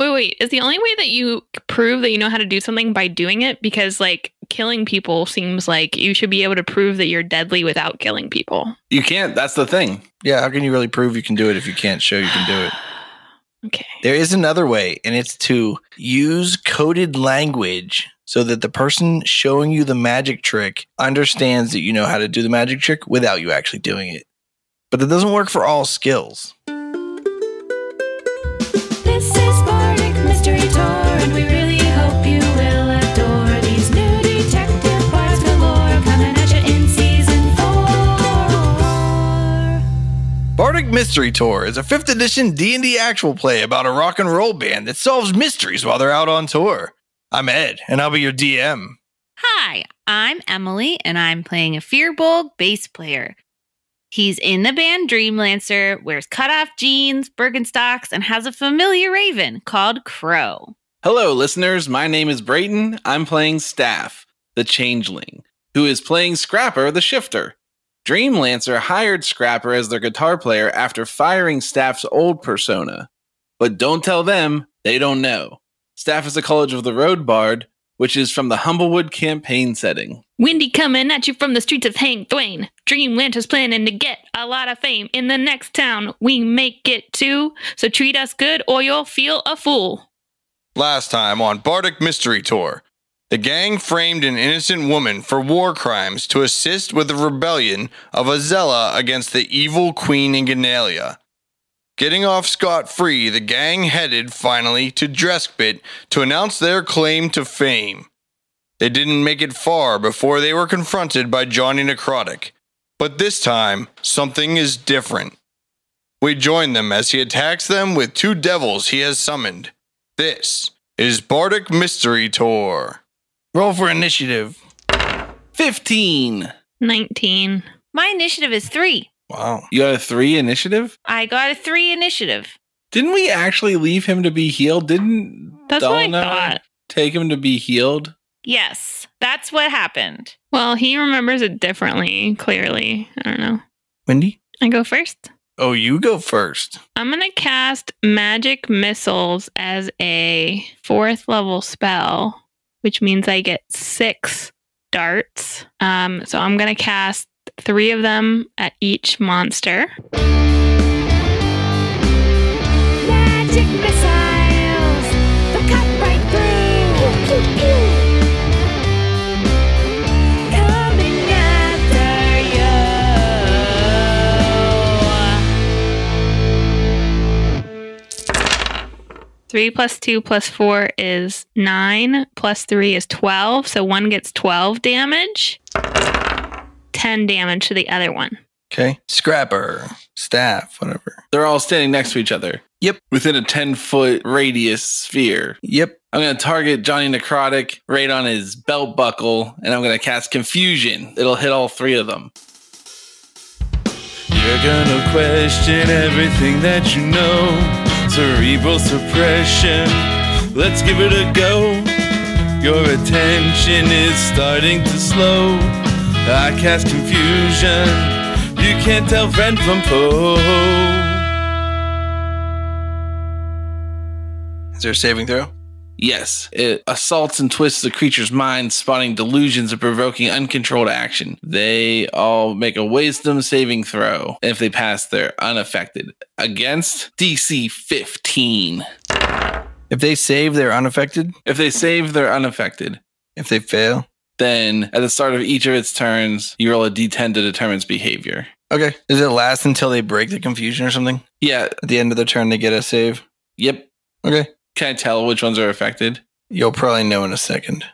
wait. Is the only way that you prove that you know how to do something by doing it? Because like killing people seems like you should be able to prove that you're deadly without killing people. You can't. That's the thing. Yeah, how can you really prove you can do it if you can't show you can do it? Okay. There is another way, and it's to use coded language so that the person showing you the magic trick understands that you know how to do the magic trick without you actually doing it. But that doesn't work for all skills. This is Bardic Mystery Tour, and we really hope you will adore these new detective parts galore coming at you in season four. Bardic Mystery Tour is a 5th edition D&D actual play about a rock and roll band that solves mysteries while they're out on tour. I'm Ed, and I'll be your DM. Hi, I'm Emily, and I'm playing a Fearbolg bass player. He's in the band Dreamlancer, wears cutoff jeans, Birkenstocks, and has a familiar raven called Crow. Hello, listeners. My name is Brayton. I'm playing Staff, the Changeling, who is playing Scrapper, the Shifter. Dreamlancer hired Scrapper as their guitar player after firing Staff's old persona. But don't tell them, they don't know. Staff is a College of the Road Bard, which is from the Humblewood campaign setting. Windy coming at you from the streets of Hang Thwain. Dreamlancer's planning to get a lot of fame in the next town. We make it too. So treat us good, or you'll feel a fool. Last time on Bardic Mystery Tour, the gang framed an innocent woman for war crimes to assist with the rebellion of Azella against the evil Queen Inganalia. Getting off scot free, the gang headed finally to Dreskbit to announce their claim to fame. They didn't make it far before they were confronted by Johnny Necrotic, but this time something is different. We join them as he attacks them with two devils he has summoned. This is Bardic Mystery Tour. Roll for initiative. 15. 19. My initiative is three. Wow. You got a three initiative? I got a three initiative. Didn't we actually leave him to be healed? Didn't That's what I Donna thought. take him to be healed? Yes, that's what happened. Well, he remembers it differently, clearly. I don't know. Wendy? I go first. Oh, you go first. I'm going to cast magic missiles as a fourth level spell, which means I get six darts. Um, so I'm going to cast three of them at each monster. Magic missiles, they'll cut right through. Coming after you. Three plus two plus four is nine, plus three is 12. So one gets 12 damage, 10 damage to the other one. Okay. Scrapper, staff, whatever. They're all standing next to each other. Yep. Within a 10 foot radius sphere. Yep. I'm going to target Johnny Necrotic right on his belt buckle, and I'm going to cast Confusion. It'll hit all three of them. You're going to question everything that you know. Cerebral suppression. Let's give it a go. Your attention is starting to slow. I cast Confusion. You can't tell friend from foe. Is there a saving throw? Yes, it assaults and twists the creature's mind, spawning delusions and provoking uncontrolled action. They all make a wisdom saving throw. If they pass, they're unaffected. Against DC 15. If they save, they're unaffected. If they save, they're unaffected. If they fail, Then, at the start of each of its turns, you roll a d10 to determine its behavior. okay. Does it last until they break the confusion or something? Yeah, At the end of their turn, they get a save. yep. Okay. Can I tell which ones are affected? You'll probably know in a second.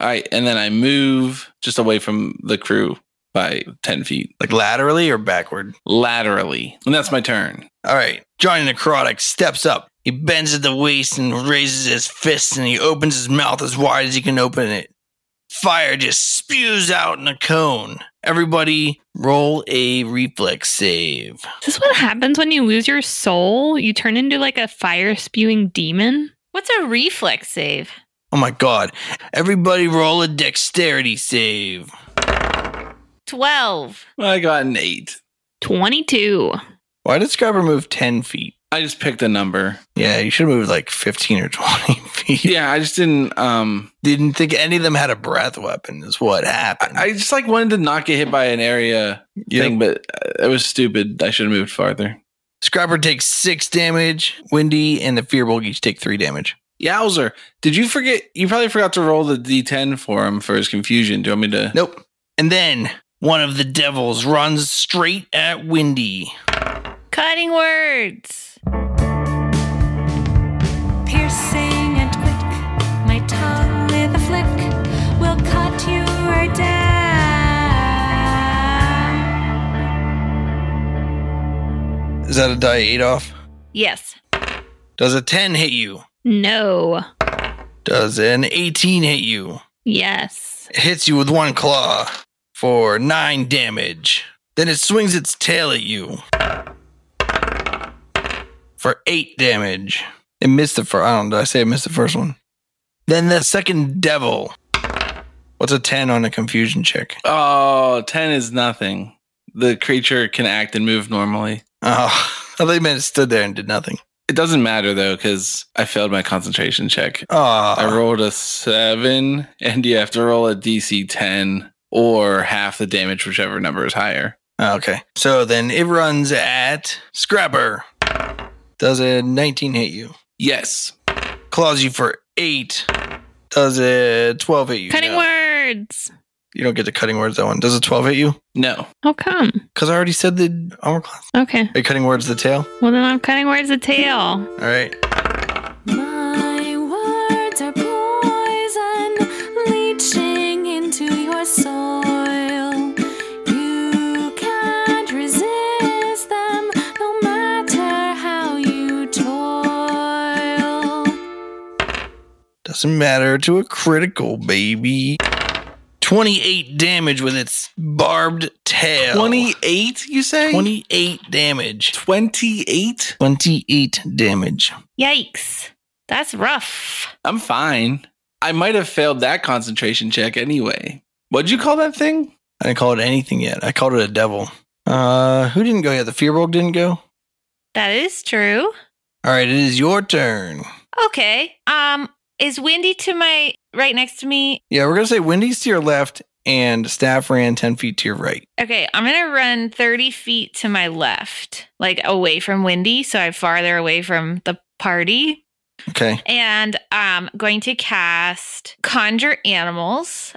All right, and then I move just away from the crew by 10 feet Like laterally or backward? laterally. And that's my turn. All right. Johnny Necrotic steps up. He bends at the waist and raises his fists and he opens his mouth as wide as he can open it. Fire just spews out in a cone. Everybody roll a reflex save. Is this what happens when you lose your soul? You turn into like a fire spewing demon? What's a reflex save? Oh my god. Everybody roll a dexterity save. 12. I got an eight. 22. Why did Scrapper move 10 feet? I just picked a number. Yeah, you should have moved like 15 or 20 feet. Yeah, I just didn't. Um, Didn't think any of them had a breath weapon, is what happened. I just like wanted to not get hit by an area Yeah. thing, but uh, it was stupid. I should have moved farther. Scrapper takes six damage. Wendy and the Fearbulk each take three damage. Yowzer, did you forget? You probably forgot to roll the d10 for him for his confusion. Do you want me to? Nope. And then one of the devils runs straight at Wendy. Cutting words. Piercing and quick, my tongue with a flick will cut you right down. Is that a die eight off? Yes. Does a 10 hit you? No. Does an 18 hit you? Yes. It hits you with one claw for nine damage. Then it swings its tail at you for eight damage. It missed the first. I don't. Did I say it missed the first one? Then the second devil. What's a ten on a confusion check? Oh, 10 is nothing. The creature can act and move normally. Oh, I think meant it stood there and did nothing. It doesn't matter though, because I failed my concentration check. I Oh, rolled a seven, and you have to roll a DC 10 or half the damage, whichever number is higher. okay. So then it runs at Scrapper. Does a nineteen hit you? Yes. Claws you for eight. Does a twelve hit you? Cutting No. words. You don't get the cutting words that one. Does a 12 hit you? No. How come? Because I already said the armor class. Okay. Are you cutting words the tail? Well, then I'm cutting words the tail. All right. My words are poison leaching into your soil. You can't resist them no matter how you toil. Doesn't matter to a critical, baby. 28 damage with its barbed tail. 28, you say? 28 damage. 28? 28 damage. Yikes. That's rough. I'm fine. I might have failed that concentration check anyway. What'd you call that thing? I didn't call it anything yet. I called it a devil. Uh, who didn't go yet? The Fearbolg didn't go? That is true. All right, it is your turn. Okay. Um, is Wendy to my right next to me? Yeah, we're going to say Wendy's to your left and Staff ran 10 feet to your right. Okay, I'm gonna run 30 feet to my left, like away from Wendy, so I'm farther away from the party. Okay. And I'm going to cast Conjure Animals.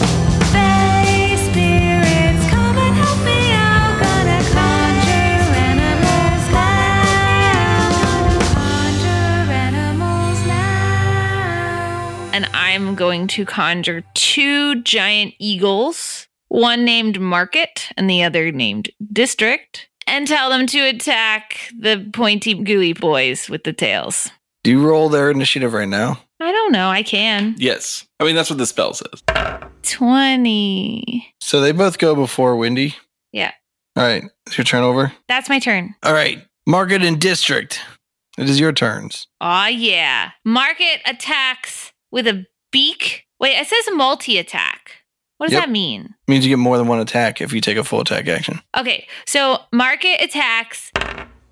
They spirits come and help me out. Gonna conjure animals now. Conjure animals now. and I'm going to conjure two giant eagles, one named Market and the other named District, and tell them to attack the pointy, gooey boys with the tails. Do you roll their initiative right now? I don't know, I can. Yes. I mean, that's what the spell says. 20. So they both go before Wendy. Yeah. All right. It's your turn over. That's my turn. All right. Market and district. It is your turns. Aw, yeah. Market attacks with a beak. Wait, it says multi attack. What does Yep. that mean? means you get more than one attack if you take a full attack action. Okay, so Market attacks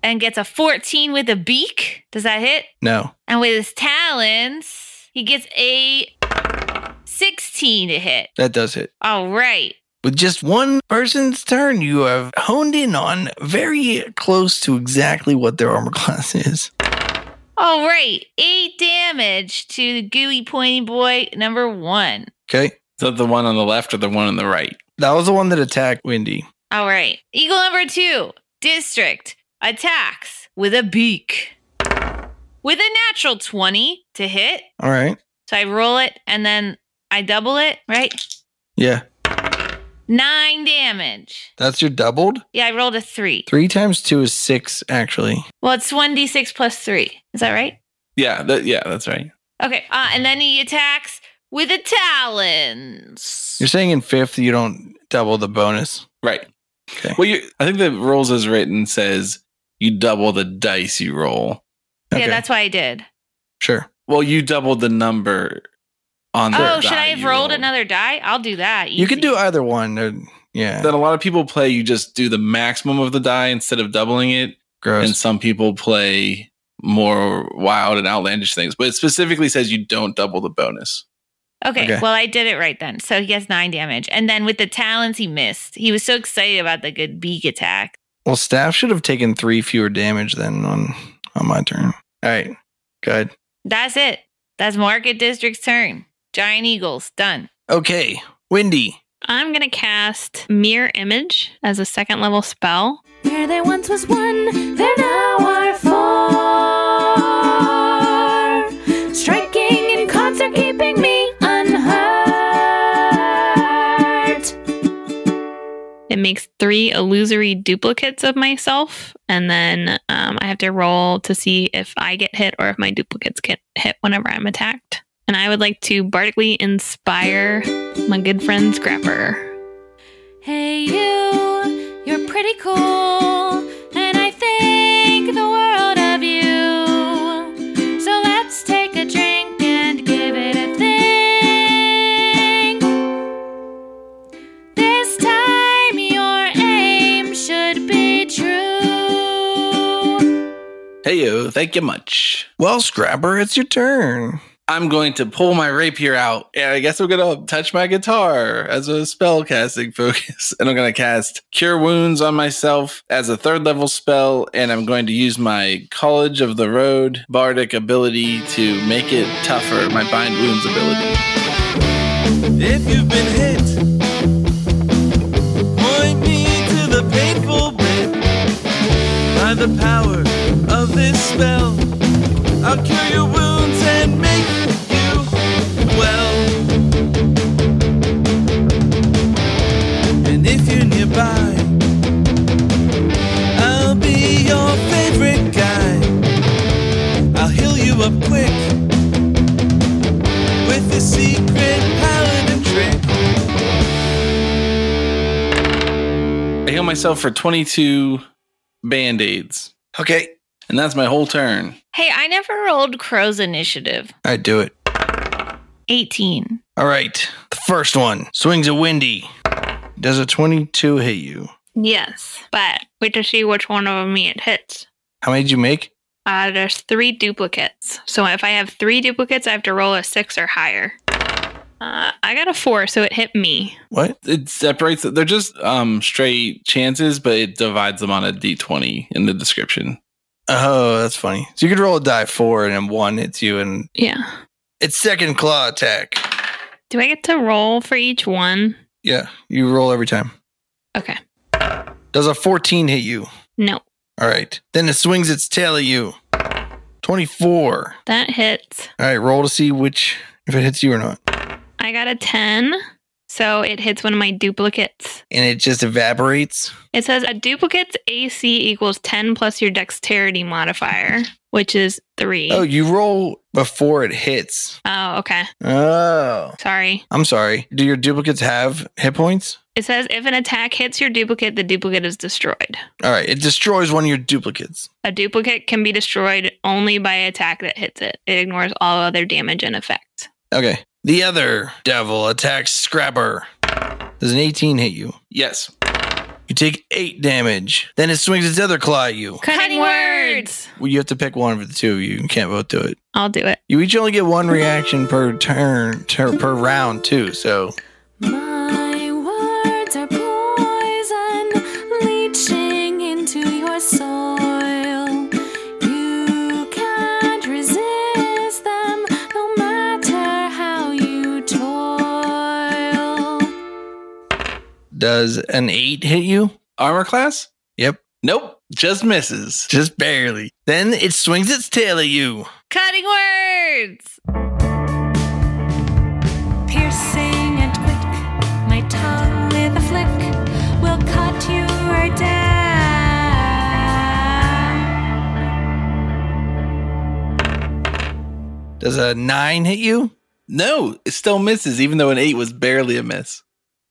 and gets a 14 with a beak. Does that hit? No. And with his talons, he gets a 16 to hit. That does hit. All right. With just one person's turn, you have honed in on very close to exactly what their armor class is. All right. Eight damage to the gooey pointy boy number one. Okay. Is that the one on the left or the one on the right? That was the one that attacked Wendy. All right. Eagle number two, district, attacks with a beak. With a natural 20 to hit. All right. So I roll it and then I double it, right? Yeah. Nine damage. That's your doubled. Yeah, I rolled a three. Three times two is six, actually. Well, it's 1d6 plus three. Is that right? Yeah, that, yeah, that's right. Okay, uh, and then he attacks with the talons. You're saying in fifth, you don't double the bonus. Right. Okay. Well, you, I think the rules as written says you double the dice you roll. Yeah, that's what I did. Sure. Well, you doubled the number. on their Oh, should I have value rolled roll. another die? I'll do that. You could easy. do either one. They're- Yeah. That a lot of people play, you just do the maximum of the die instead of doubling it. gross. and some people play more wild and outlandish things but it specifically says you don't double the bonus Okay, Okay. well, I did it right then. So he gets nine damage. And then with the talons, he missed. He was so excited about the good beak attack. well, staff should have taken three fewer damage than on on my turn. All right. Good. That's it. That's Market District's turn. Giant Eagles, done. Okay. Windy. I'm going to cast Mirror Image as a second level spell. Where there once was one, there now are four. Striking in concert, keeping me unhurt. It makes three illusory duplicates of myself, and then um, I have to roll to see if I get hit or if my duplicates get hit whenever I'm attacked. And I would like to bardically inspire my good friend Scrapper. Hey, you, you're pretty cool, and I think the world of you. So let's take a drink and give it a think. This time your aim should be true. hey yo thank you much Well, Scrapper, it's your turn. i'm going to pull my rapier out and i guess i'm going to touch my guitar as a spell casting focus and i'm going to cast cure wounds on myself as a third level spell and i'm going to use my college of the road bardic ability to make it tougher my bind wounds ability If you've been hit, point me to the painful bit. By the power of this spell, I'll cure your wounds and make you well. And if you're nearby, I'll be your favorite guy. I'll heal you up quick with a secret paladin trick. i heal myself for 22 band-aids Okay. and that's my whole turn Hey, I never rolled Crow's initiative. I do it. 18. All right. The first one swings a Windy. Does a 22 hit you? Yes, but wait to see which one of me it hits. How many did you make? Uh, there's three duplicates. So if I have three duplicates, I have to roll a six or higher. Uh, I got a four, so it hit me. What? it separates they're just um straight chances but it divides them on a d20 in the description Oh, that's funny. So you could roll a die four and then one hits you and Yeah. it's second claw attack. Do I get to roll for each one? Yeah, you roll every time. Okay. Does a 14 hit you? No, All right. Then it swings its tail at you. 24. that hits. All right, roll to see which if it hits you or not. I got a 10, so it hits one of my duplicates. And it just evaporates. It says a duplicate's AC equals 10 plus your dexterity modifier, which is 3. Oh, you roll before it hits. Oh, okay. Oh. Sorry. I'm sorry. Do your duplicates have hit points? It says if an attack hits your duplicate, the duplicate is destroyed. All right, it destroys one of your duplicates. A duplicate can be destroyed only by attack that hits it. It ignores all other damage and effect. Okay. The other devil attacks Scrapper. Does an 18 hit you? yes You take 8 damage. Then it swings its other claw at you. Cutting words. Well, you have to pick one of the two of you. You can't both do it. I'll do it. You each only get one reaction per turn, ter- per round, too. So, My words are poison leaching into your soil. You can't resist them no matter how you toil. does an eight hit you? armor class Yep, nope just misses just barely. Then it swings its tail at you. Cutting words. Piercing and quick, my tongue with a flick will cut you down. Does a nine hit you? no it still misses even though an 8 was barely a miss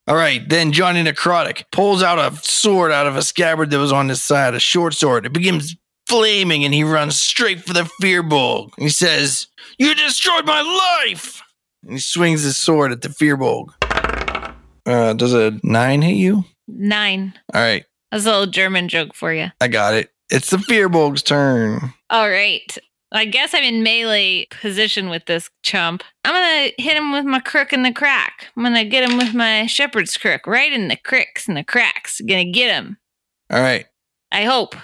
All right, then Johnny Necrotic pulls out a sword out of a scabbard that was on his side, a short sword. It begins flaming and he runs straight for the fear bull. He says, You destroyed my life! and he swings his sword at the Fearbolg. Uh, does a nine hit you? Nine. All right, That's a little German joke for you. I got it. It's the Fearbolg's turn. All right. I guess I'm in melee position with this chump. I'm going to hit him with my crook in the crack. I'm going to get him with my shepherd's crook right in the cricks and the cracks. Going to get him. All right, I hope.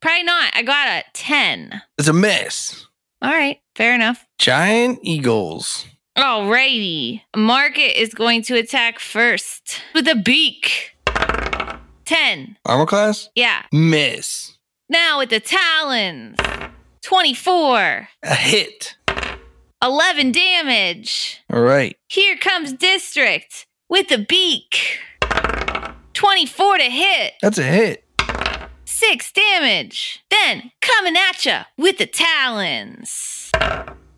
Probably not. I got a 10. it's a miss. All right. Fair enough. Giant eagles. Alrighty. Market is going to attack first with a beak. 10. Armor class? Yeah. Miss. Now with the talons. 24. A hit. 11 damage. All right. Here comes District with the beak. 24 to hit, That's a hit. 6 damage. Then coming at ya with the talons.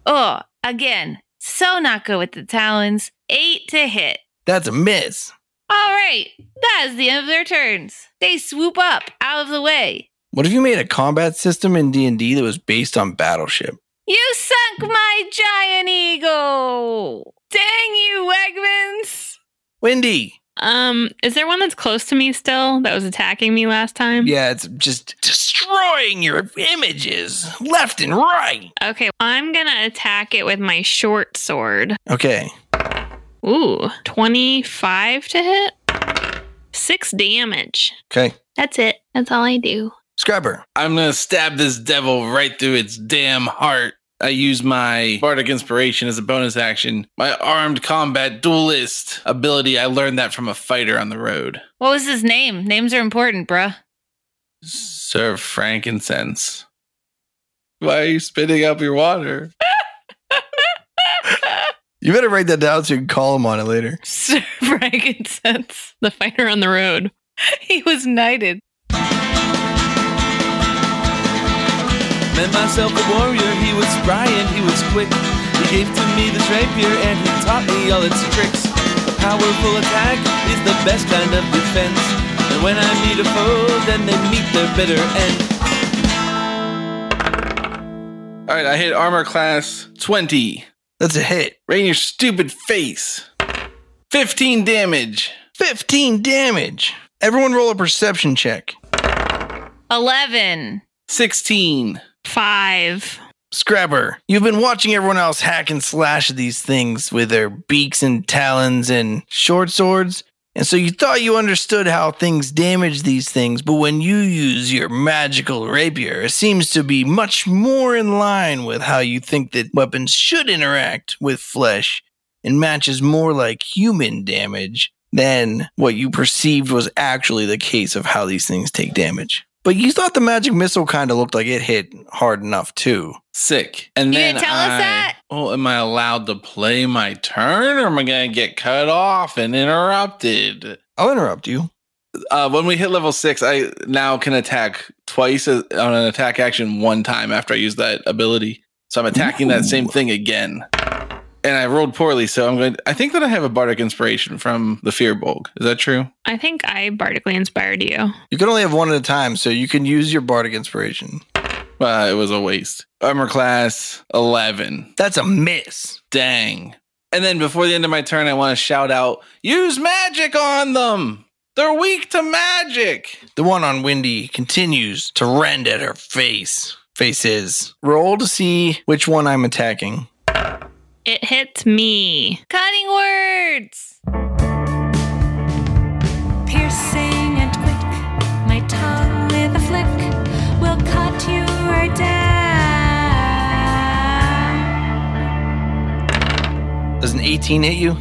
Oh, again, so not good with the talons. 8 to hit. That's a miss. All right, that is the end of their turns. They swoop up out of the way. What if you made a combat system in D&D that was based on battleship? You sunk my giant eagle! Dang you, Wegmans! Wendy. Um, is there one that's close to me still that was attacking me last time? Yeah, it's just destroying your images left and right. Okay, I'm gonna attack it with my short sword. Okay. Ooh, 25 to hit? Six damage. Okay. That's it. That's all I do. Scrapper. I'm gonna stab this devil right through its damn heart. I use my bardic inspiration as a bonus action. My armed combat duelist ability. I learned that from a fighter on the road. What was his name? Names are important, bruh. Serve frankincense. Why are you spitting up your water? You better write that down so you can call him on it later. Sir Frankincense. The fighter on the road. He was knighted. Met myself a warrior, he was spry and he was quick. He gave to me this rapier and he taught me all its tricks. A powerful attack is the best kind of defense. And when I meet a foe, then they meet their bitter end. All right, I hit armor class 20. That's a hit. Right in your stupid face. 15 damage. 15 damage. Everyone roll a perception check. 11. 16. Five. Scrapper, you've been watching everyone else hack and slash at these things with their beaks and talons and short swords, and so you thought you understood how things damage these things, but when you use your magical rapier, it seems to be much more in line with how you think that weapons should interact with flesh and matches more like human damage than what you perceived was actually the case of how these things take damage. But you thought the magic missile kind of looked like it hit hard enough too. Sick. And You then didn't tell us I- that? Oh, am I allowed to play my turn or am I going to get cut off and interrupted? I'll interrupt you. Uh, when we hit level six, I now can attack twice as- on an attack action one time after I use that ability. So I'm attacking that same Ooh. thing again. And I rolled poorly, so I'm going. I think that I have a bardic inspiration from the Fearbolg. Is that true? I think I bardically inspired you. You can only have one at a time, so you can use your bardic inspiration. Uh, it was a waste. Armor class 11. That's a miss. Dang. And then before the end of my turn, I want to shout out use magic on them. They're weak to magic. The one on Windy continues to rend at her face. Faces. Roll to see which one I'm attacking. It hits me. Cutting words. Piercing and quick, my tongue with a flick will cut you right down. Does an 18 hit you?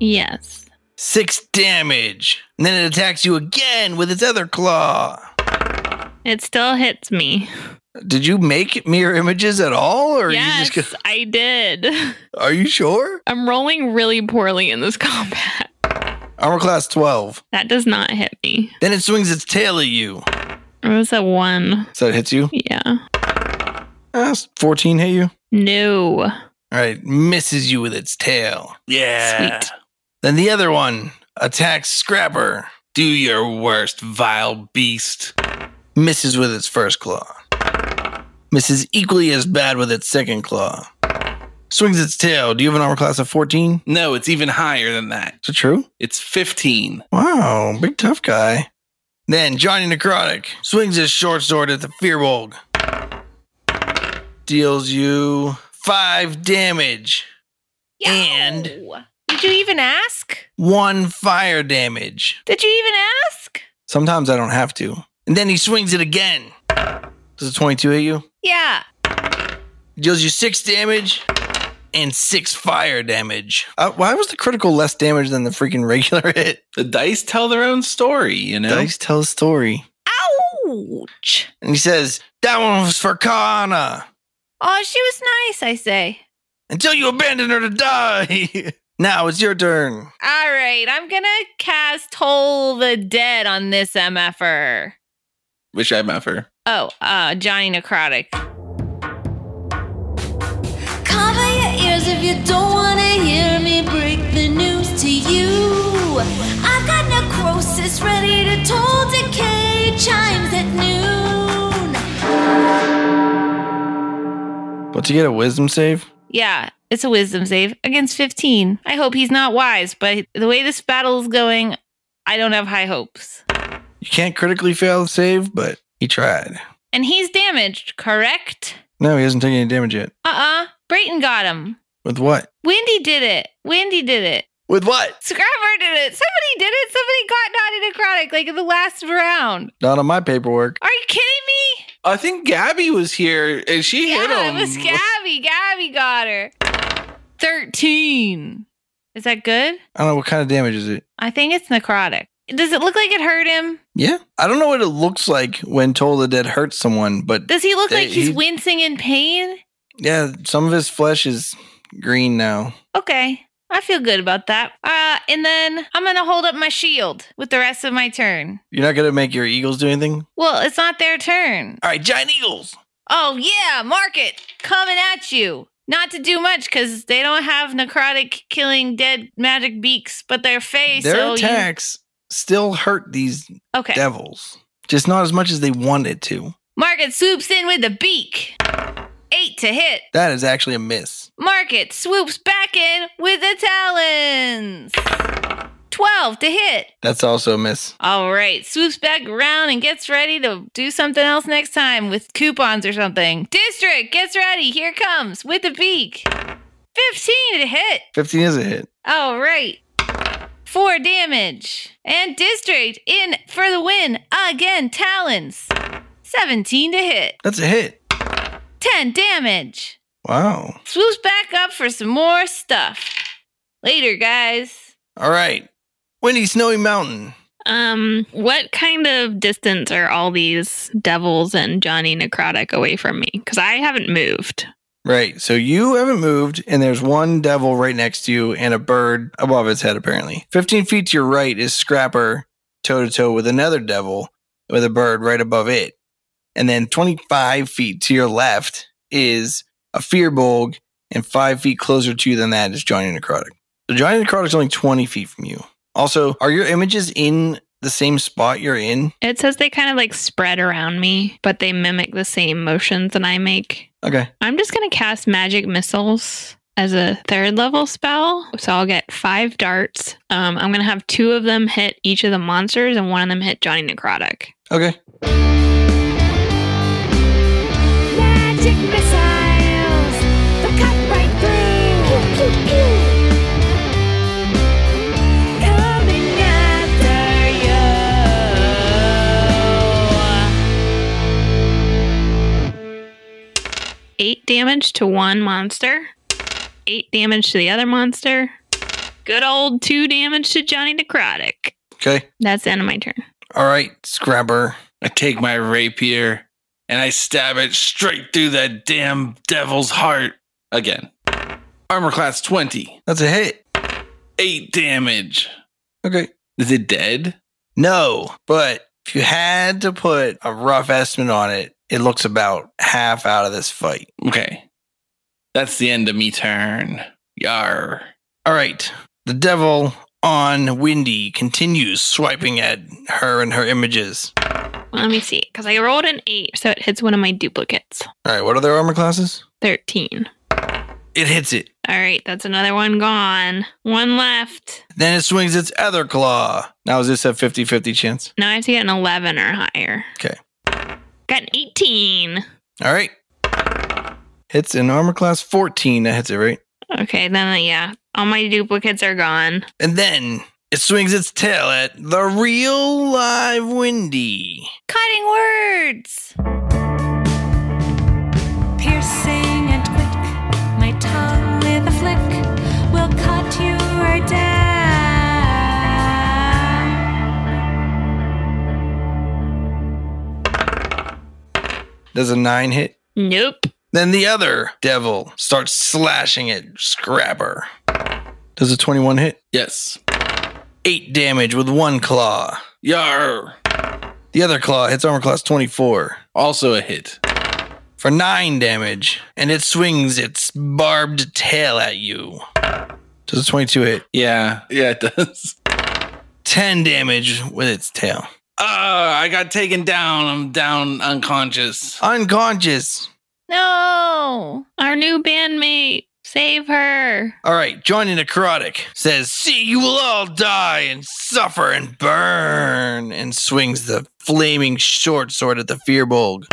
Yes. Six damage. And then it attacks you again with its other claw. It still hits me. Did you make mirror images at all? Or you yes, just go- I did. Are you sure? I'm rolling really poorly in this combat. Armor class 12. That does not hit me. Then it swings its tail at you. It was a one. So it hits you. Yeah. Uh, 14 hit you? No. All right, misses you with its tail. Yeah. Sweet. Then the other one attacks Scrapper, Do your worst, vile beast. misses with its first claw, misses equally as bad with its second claw, Swings its tail. Do you have an armor class of 14? Is No, it's even higher than that. that true? It's 15. Wow, big tough guy. Then Johnny Necrotic swings his short sword at the Fearbolg. Deals you five damage, And- Yo. did you even ask? one fire damage. Did you even ask? Sometimes I don't have to. And then he swings it again. Does a 22 hit you? Yeah. Deals you six damage and six fire damage. Uh, why was the critical less damage than the freaking regular hit? The dice tell their own story, you know? Dice tells story. Ouch. And he says, That one was for Kana. Oh, she was nice, I say. until you abandon her to die. now it's your turn. All right, I'm gonna cast Toll the Dead on this MFR. Wish I met her. Oh, uh, Johnny Necrotic. Cover your ears if you don't wanna hear me break the news to you. I've got necrosis ready to toll decay chimes at noon. But you get a wisdom save? Yeah, it's a wisdom save against 15. I hope he's not wise, but the way this battle is going, I don't have high hopes. You can't critically fail the save, but he tried. And he's damaged, correct? No, he hasn't taken any damage yet. Uh uh Brayton got him. With what? Windy did it. Windy did it. With what? Scrapper did it. Somebody did it. Somebody got naughty necrotic like in the last round. Not on my paperwork. Are you kidding me? I think Gabby was here and she hit Yeah, it him. was Gabby. Gabby got her. 13. Is that good? I don't know what kind of damage is it. I think it's necrotic. Does it look like it hurt him? Yeah. I don't know what it looks like when Toll the Dead hurts someone, but Does he look They- like he's he- wincing in pain? yeah, some of his flesh is green now. Okay. I feel good about that. Uh, and then I'm going to hold up my shield with the rest of my turn. You're not going to make your eagles do anything? Well, it's not their turn. All right, giant eagles. Oh, yeah, market coming at you. Not to do much because they don't have necrotic killing dead magic beaks, but they're fey. so Their you- attacks still hurt these okay. devils, just not as much as they wanted to. Market swoops in with the beak. Eight to hit. That is actually a miss. Market swoops back in with the talons. 12 to hit. That's also a miss. All right, swoops back around and gets ready to do something else next time with coupons or something. District gets ready. Here it comes with the beak. 15 to hit. 15 is a hit. All right. Four damage. And District in for the win again. Talons. 17 to hit. That's a hit. 10 damage. Wow. Swoops back up for some more stuff. Later, guys. All right. Windy Snowy Mountain. Um, what kind of distance are all these devils and Johnny Necrotic away from me? Because I haven't moved. Right. So you haven't moved, and there's one devil right next to you and a bird above its head, apparently. 15 feet to your right is Scrapper toe to toe with another devil with a bird right above it. And then 25 feet to your left is a Fearbolg, and five feet closer to you than that is Johnny Necrotic. So Johnny Necrotic's only 20 feet from you. Also, are your images in the same spot you're in? It says they kind of like spread around me, but they mimic the same motions that I make. Okay. I'm just going to cast magic missiles as a third level spell. So I'll get five darts. Um, I'm going to have two of them hit each of the monsters and one of them hit Johnny Necrotic. Okay. Magic missiles, they cut right through. Pew, pew, pew. Coming after you. Eight damage to one monster, eight damage to the other monster. Good old two damage to Johnny Necrotic. Okay. That's the end of my turn. All right, Scrapper. I take my rapier and I stab it straight through that damn devil's heart. Again. Armor class 20. That's a hit. Eight damage. Okay. Is it dead? No, but if you had to put a rough estimate on it, it looks about half out of this fight. Okay. That's the end of me turn. Yar. All right. The devil on Windy continues swiping at her and her images. Well, let me see, because I rolled an eight, so it hits one of my duplicates. All right. What are their armor classes? 13. It hits it. All right, that's another one gone. One left. Then it swings its other claw. Now, is this a 50 50 chance? Now I have to get an 11 or higher. Okay. Got an 18. All right. Hits an armor class 14. That hits it, right? Okay, then uh, yeah, all my duplicates are gone. And then it swings its tail at the real live Windy. Cutting words. Piercing and quick, my tongue with a flick will cut you right down. Does a nine hit? Nope. Then the other devil starts slashing at Scrapper. Does a 21 hit? Yes. Eight damage with one claw. Yar. The other claw hits armor class 24 Also a hit. for nine damage, and it swings its barbed tail at you. Does a 22 hit? Yeah. Yeah, it does. 10 damage with its tail. Ah, I got taken down. I'm down unconscious. Unconscious. No. Oh, Our new bandmate. Save her. All right, joining necrotic says, See, you will all die and suffer and burn, and swings the flaming short sword at the Fearbolg.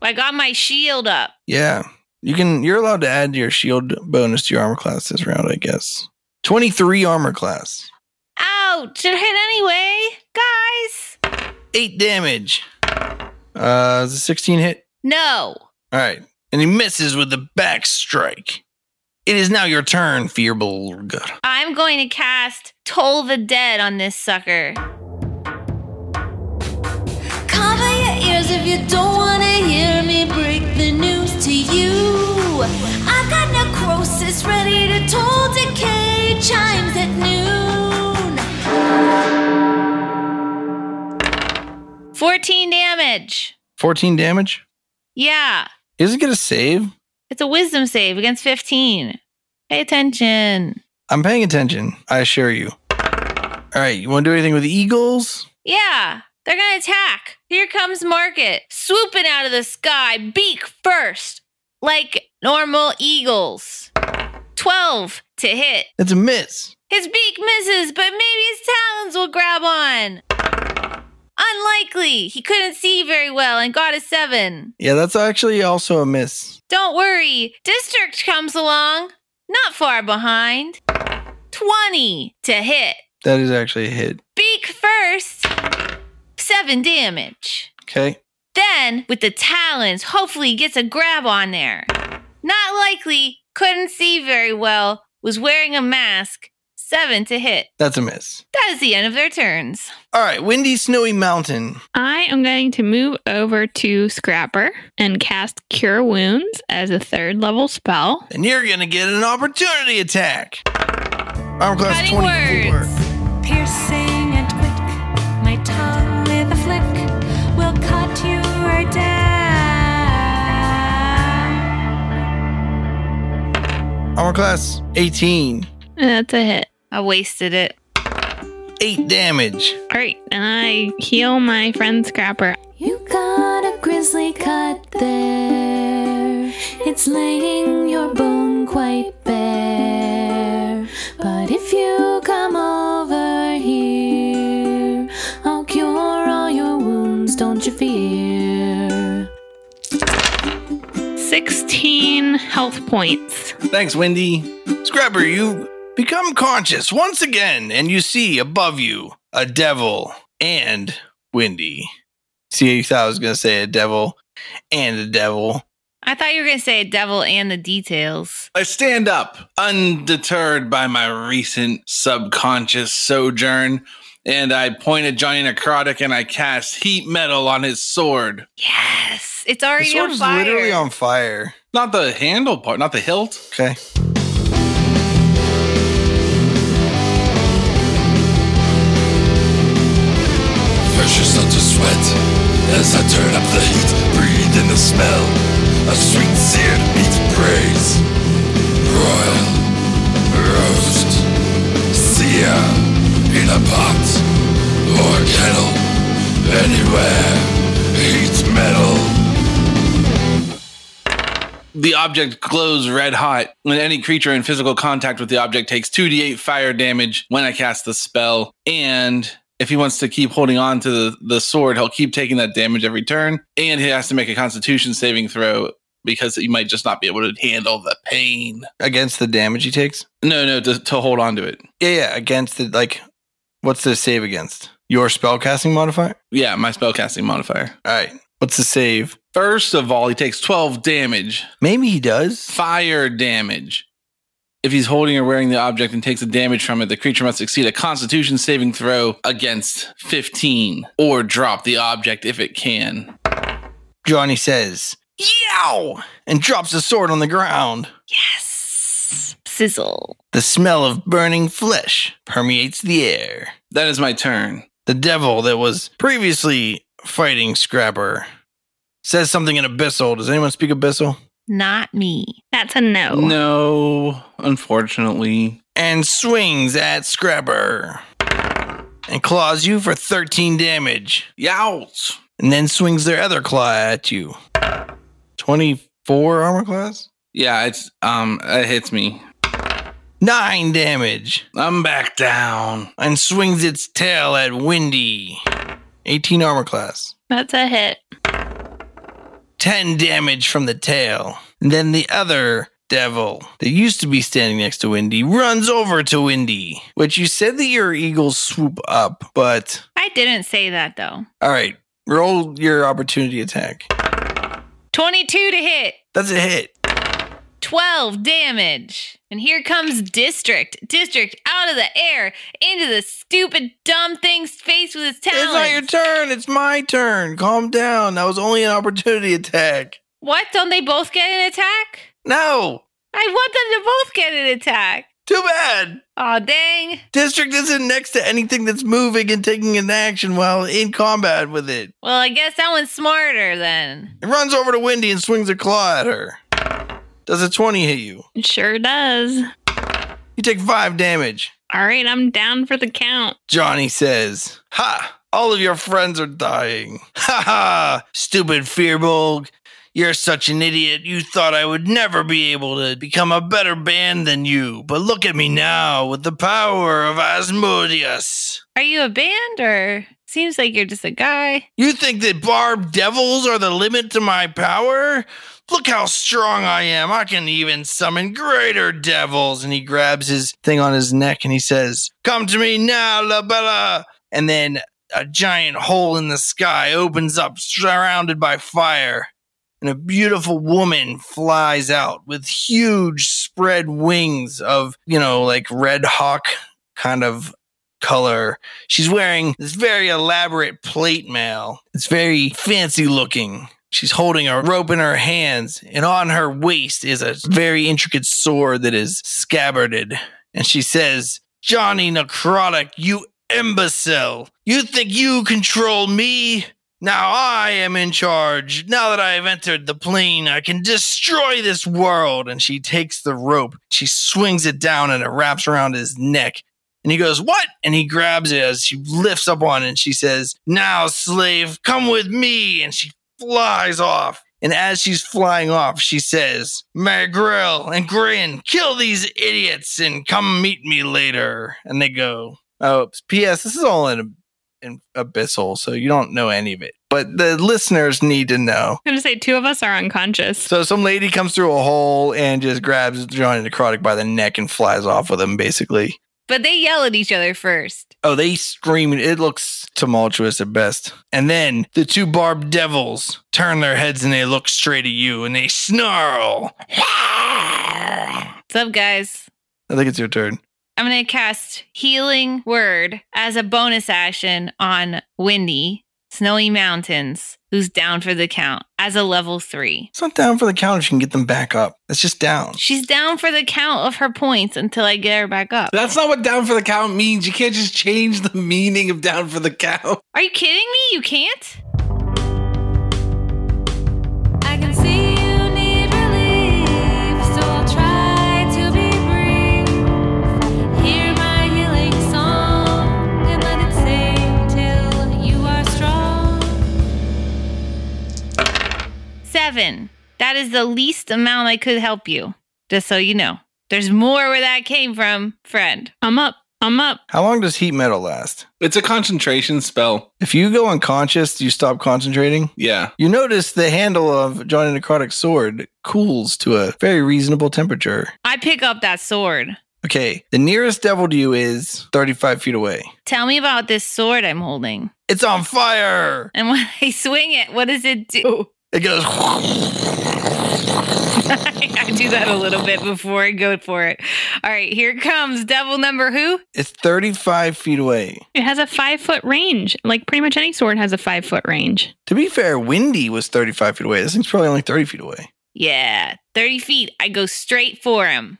I got my shield up. Yeah. You can you're allowed to add your shield bonus to your armor class this round, I guess. 23 armor class. Ouch! It hit anyway, guys. 8 damage. Uh is a 16 hit? No. All right. And he misses with the back strike. It is now your turn, Fearbolg. I'm going to cast Toll the Dead on this sucker. Cover your ears if you don't want to hear me break the news to you. I've got necrosis ready to toll decay chimes at noon. 14 damage. 14 damage? Yeah. He doesn't get a save. It's a wisdom save against 15. Pay attention. I'm paying attention, I assure you. All right, you want to do anything with eagles? Yeah. They're going to attack. Here comes Market, swooping out of the sky, beak first, like normal eagles. 12 to hit. That's a miss. His beak misses, but maybe his talons will grab on. Unlikely. He couldn't see very well and got a seven. Yeah, that's actually also a miss. Don't worry. District comes along, not far behind. 20 to hit. That is actually a hit. Beak first. Seven damage. Okay. Then, with the talons, hopefully he gets a grab on there. Not likely. Couldn't see very well. Was wearing a mask. Seven to hit. That's a miss. That is the end of their turns. All right, Windy Snowy Mountain. I am going to move over to Scrapper and cast Cure Wounds as a third level spell. And you're gonna get an opportunity attack. Armor class Cutting 24. words. Piercing and quick, my tongue with a flick will cut you right down. Armor class 18. That's a hit. I wasted it. 8 damage. All right, and I heal my friend Scrapper. You got a grisly cut there. It's laying your bone quite bare. But if you come over here, I'll cure all your wounds, don't you fear. 16 health points. Thanks, Windy. Scrapper, you become conscious once again, and you see above you a devil and Windy. See, you thought I was gonna say a devil and a devil. I thought you were going to say devil and the details. I stand up, undeterred by my recent subconscious sojourn, and I point at Johnny Necrotic and I cast heat metal on his sword. Yes. It's The already sword on is fire. literally on fire. Not the handle part, not the hilt. Okay. Pressure's such a sweat as I turn up the heat. Breathe in the smell of sweet seared meat praise. Royal roast, sear in a pot or kettle, anywhere. Heat metal. The object glows red hot. When any creature in physical contact with the object takes 2d8 fire damage when I cast the spell. And if he wants to keep holding on to the, the sword, he'll keep taking that damage every turn. And he has to make a constitution saving throw because he might just not be able to handle the pain. Against the damage he takes? No, no, to, to hold on to it. Yeah, yeah. Against the like what's the save against? Your spellcasting modifier? Yeah, my spellcasting modifier. Alright. What's the save? First of all, he takes 12 damage, Maybe he does. fire damage. If he's holding or wearing the object and takes the damage from it, the creature must succeed a constitution saving throw against 15 or drop the object if it can. Johnny says, Yow! And drops the sword on the ground. Yes. Sizzle. The smell of burning flesh permeates the air. That is my turn. The devil that was previously fighting Scrapper says something in Abyssal. Does anyone speak Abyssal? Not me. That's a no. Oh. No, unfortunately. And swings at Scrapper. And claws you for 13 damage. Yowls. and then swings their other claw at you. 24 armor class? Yeah, it's um it hits me. 9 damage. I'm back down. And swings its tail at Windy. 18 armor class. That's a hit. 10 damage from the tail. And then the other devil that used to be standing next to Windy runs over to Windy, which you said that your eagles swoop up, but I didn't say that though. all right, roll your opportunity attack. 22 to hit. That's a hit. 12 damage. And here comes District. District out of the air into the stupid dumb thing's face with its It's not your talons. turn. It's my turn. Calm down. That was only an opportunity attack. what? Don't they both get an attack? No, I want them to both get an attack. too bad. Aw, dang. District isn't next to anything that's moving and taking an action while in combat with it. Well, I guess that one's smarter then. It runs over to Wendy and swings a claw at her. Does a 20 hit you? It sure does. You take 5 damage. All right, I'm down for the count. Johnny says, Ha! All of your friends are dying. Ha ha! Stupid Fearbulg. You're such an idiot. You thought I would never be able to become a better band than you. But look at me now with the power of Asmodeus. Are you a band or seems like you're just a guy? You think that barbed devils are the limit to my power? Look how strong I am. I can even summon greater devils. And he grabs his thing on his neck and he says, Come to me now, La Bella. And then a giant hole in the sky opens up, surrounded by fire. And a beautiful woman flies out with huge spread wings of, you know, like red hawk kind of color. She's wearing this very elaborate plate mail. It's very fancy looking. She's holding a rope in her hands, and on her waist is a very intricate sword that is scabbarded. And she says, Johnny Necrotic, you imbecile! You think you control me? Now I am in charge. Now that I have entered the plane, I can destroy this world. And she takes the rope. She swings it down and it wraps around his neck. And he goes, What? And he grabs it as she lifts up on it and she says, Now, slave, come with me. And she flies off. And as she's flying off, she says, Magril and Grin, kill these idiots and come meet me later. And they go, Oh, P.S. This is all in, in Abyssal, so you don't know any of it. But the listeners need to know. I'm gonna say two of us are unconscious. So some lady comes through a hole and just grabs Johnny Necrotic by the neck and flies off with him, basically. But they yell at each other first. Oh, they scream. It looks tumultuous at best. And then the two barbed devils turn their heads and they look straight at you and they snarl. I What's up, guys? think it's your turn. I'm going to cast Healing Word as a bonus action on Windy, Snowy Mountains, who's down for the count as a level three. It's not down for the count if you can get them back up. It's just down. She's down for the count of her points until I get her back up. That's not what down for the count means. You can't just change the meaning of down for the count. Are you kidding me? You can't? I can see you need relief, so I'll try to be brief. Hear my healing song and let it sing till you are strong. Seven. That is the least amount I could help you, just so you know. There's more where that came from, friend. I'm up. I'm up. How long does heat metal last? It's a concentration spell. If you go unconscious, you stop concentrating. Yeah. You notice the handle of Johnny Necrotic's sword cools to a very reasonable temperature. I pick up that sword. Okay, the nearest devil to you is 35 feet away. Tell me about this sword I'm holding. It's on fire! And when I swing it, what does it do? It goes. I do that a little bit before I go for it. All right, here comes devil number who? It's 35 feet away. It has a five foot range. Like pretty much any sword has a five foot range. To be fair, Windy was 35 feet away. This thing's probably only 30 feet away. Yeah, 30 feet. I go straight for him.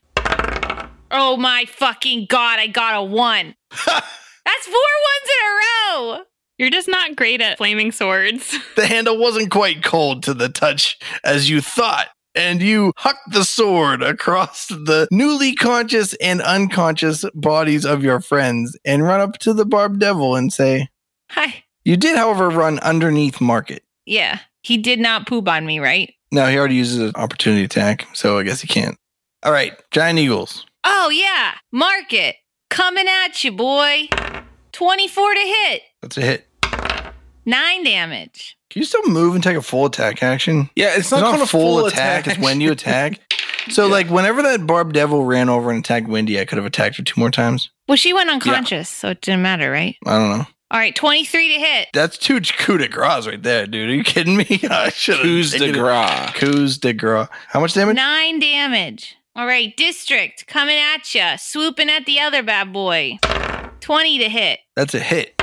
Oh my fucking god, I got a one. That's four ones in a row. You're just not great at flaming swords. The handle wasn't quite cold to the touch as you thought, and you hucked the sword across the newly conscious and unconscious bodies of your friends and run up to the Barb Devil and say, Hi. You did, however, run underneath Market. Yeah, he did not poop on me, right? No, he already uses an opportunity attack, so I guess he can't. All right, Giant Eagles. Oh yeah, market coming at you, boy. 24 to hit, That's a hit. nine damage. Can you still move and take a full attack action? Yeah, it's It's not, not, called a full attack. It's when you attack. So, Yeah. like, whenever that Barb Devil ran over and attacked Wendy, I could have attacked her two more times. Well, she went unconscious, so it didn't matter, right? I don't know. All right, 23 to hit. That's two coup de grace right there, dude. Are you kidding me? I should have. Coups de grace. Coups de grace. How much damage? Nine damage. All right, district coming at ya, swooping at the other bad boy. 20 to hit. That's a hit.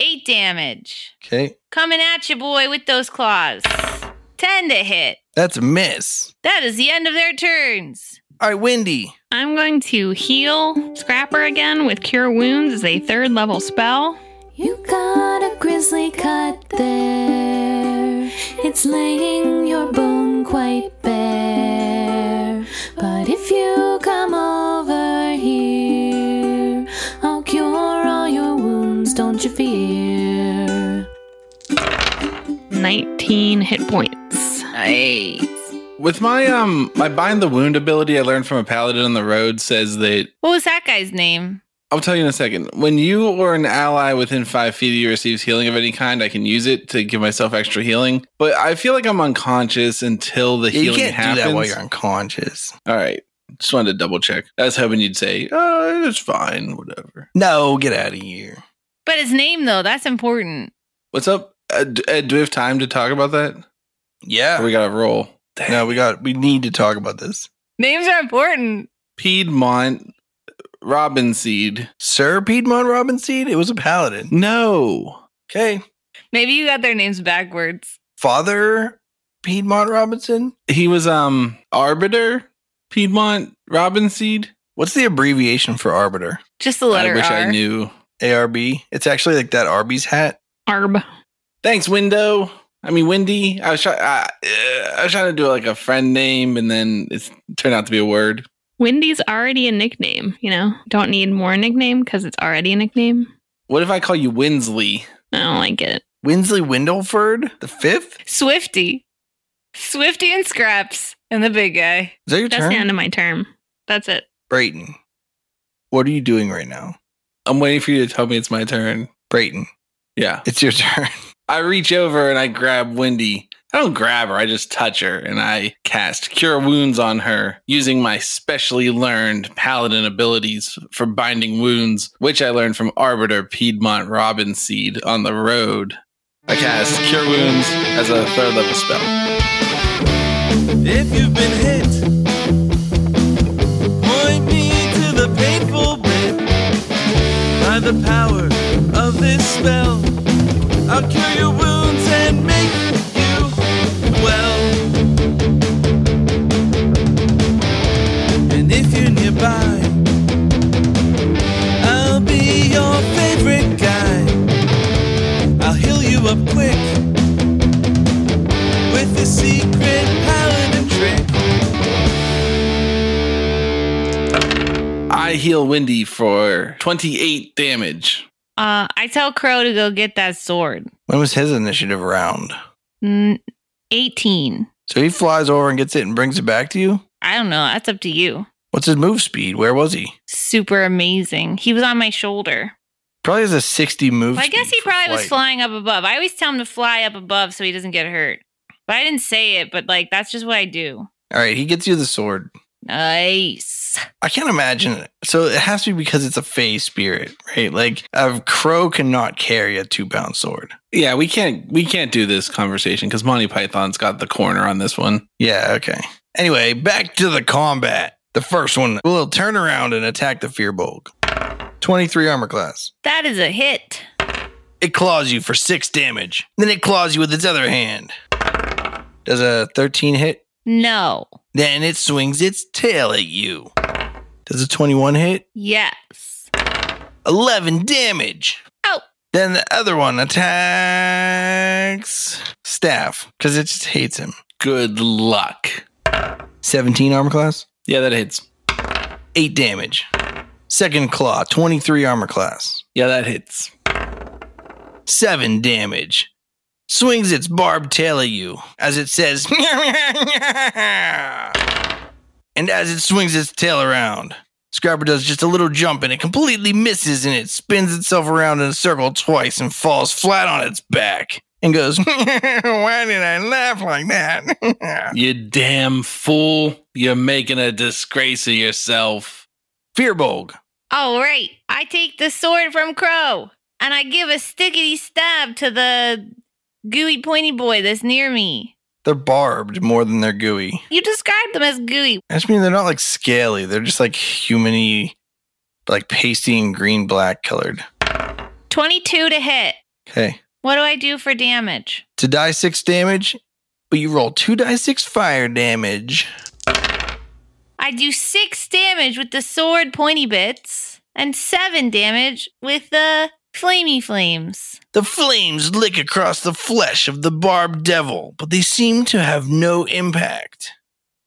Eight damage. Okay. Coming at ya, boy, with those claws. 10 to hit. That's a miss. That is the end of their turns. All right, Wendy. I'm going to heal Scrapper again with Cure Wounds as a third level spell. You got a grisly cut there. It's laying your bone quite bare. But if you come over here, I'll cure all your wounds, don't you fear. 19 hit points. Nice. With my um my bind the wound ability I learned from a paladin on the road says that What was that guy's name? I'll tell you in a second. When you or an ally within five feet of you receives healing of any kind, I can use it to give myself extra healing. But I feel like I'm unconscious until the Yeah, you healing can't happens. do that while you're unconscious. All right. Just wanted to double check. I was hoping you'd say, oh, it's fine, whatever. No, get out of here. But his name, though, that's important. What's up? Uh, d- uh, do we have time to talk about that? Or Yeah. we got to roll. Dang. No, we got. We need to talk about this. Names are important. Piedmont Robin Seed. Sir Piedmont Robin Seed. It was a paladin. No. Okay. Maybe you got their names backwards. Father Piedmont Robinson. He was um Arbiter Piedmont Robin Seed. What's the abbreviation for arbiter? Just the letter I wish R. I knew. ARB. It's actually like that Arby's hat. Arb. Thanks, Window. I mean, Wendy. I was trying. I, uh, I was trying to do like a friend name, and then it's turned out to be a word. Wendy's already a nickname, you know? Don't need more nickname because it's already a nickname. What if I call you Winsley? I don't like it. Winsley Windleford the fifth. Swifty. Swifty and Scraps and the big guy. Is that your That's turn? the end of my term. That's it. Brayton, what are you doing right now? I'm waiting for you to tell me it's my turn. Brayton, Yeah. it's your turn. I reach over and I grab Wendy. I don't grab her. I just touch her and I cast Cure Wounds on her using my specially learned paladin abilities for binding wounds, which I learned from Arbiter Piedmont Robin Seed on the road. I cast Cure Wounds as a third level spell. If you've been hit, point me to the painful bit. By the power of this spell, I'll cure your wounds and make you well. And if you're nearby, I'll be your favorite guy. I'll heal you up quick with a secret paladin trick. I heal Wendy for 28 damage. Uh, I tell Crow to go get that sword. When was his initiative round? Mm, 18. So he flies over and gets it and brings it back to you? I don't know. That's up to you. What's his move speed? Where was he? Super amazing. He was on my shoulder. Probably has a 60 move Well, I guess speed he for probably was flight. flying up above. I always tell him to fly up above so he doesn't get hurt. But I didn't say it, but like that's just what I do. All right, he gets you the sword. Nice. I can't imagine it. So it has to be because it's a fey spirit, right? Like a crow cannot carry a two pound sword. Yeah, we can't we can't do this conversation because Monty Python's got the corner on this one. Yeah, okay. Anyway, back to the combat. The first one will turn around and attack the Fearbolg. 23 armor class. That is a hit. It claws you for six damage. Then it claws you with its other hand. Does a 13 hit? No. Then it swings its tail at you. Does a 21 hit? Yes. 11 damage. Ow. Then the other one attacks Staff because it just hates him. Good luck. 17 armor class, Yeah, that hits. 8 damage. Second claw, 23 armor class, Yeah, that hits. 7 damage. Swings its barbed tail at you as it says, and as it swings its tail around, Scrapper does just a little jump and it completely misses and it spins itself around in a circle twice and falls flat on its back and goes, Why did I laugh like that? You damn fool. You're making a disgrace of yourself. Fearbolg. All right. I take the sword from Crow and I give a stickety stab to the gooey pointy boy that's near me. They're barbed more than they're gooey. You described them as gooey. I just mean they're not like scaly. They're just like humany, like pasty and green black colored. 22 to hit. Okay. What do I do for damage? To die six damage, but you roll two die six fire damage. I do six damage with the sword pointy bits and seven damage with the flamey flames. The flames lick across the flesh of the barbed devil, but they seem to have no impact.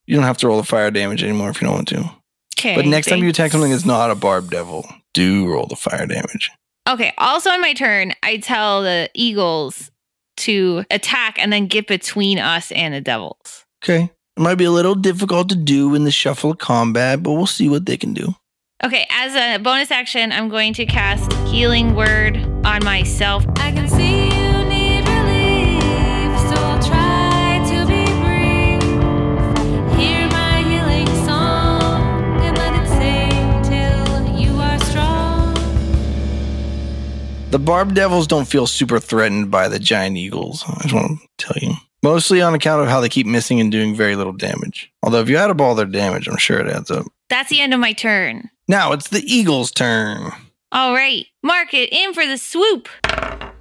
You don't have to roll the fire damage anymore if you don't want to. Okay. But next time you attack something that's not a barbed devil, do roll the fire damage. Okay. Also, on my turn, I tell the eagles to attack and then get between us and the devils. Okay. It might be a little difficult to do in the shuffle of combat, but we'll see what they can do. Okay. As a bonus action, I'm going to cast Healing Word on myself. I can see you need relief, so I'll try to be brief. Hear my healing song and let it sing till you are strong. The barb devils don't feel super threatened by the giant eagles. I just want to tell you. Mostly on account of how they keep missing and doing very little damage. Although, if you add up all their damage, I'm sure it adds up. That's the end of my turn. Now it's the eagle's turn. All right. Mark it in for the swoop.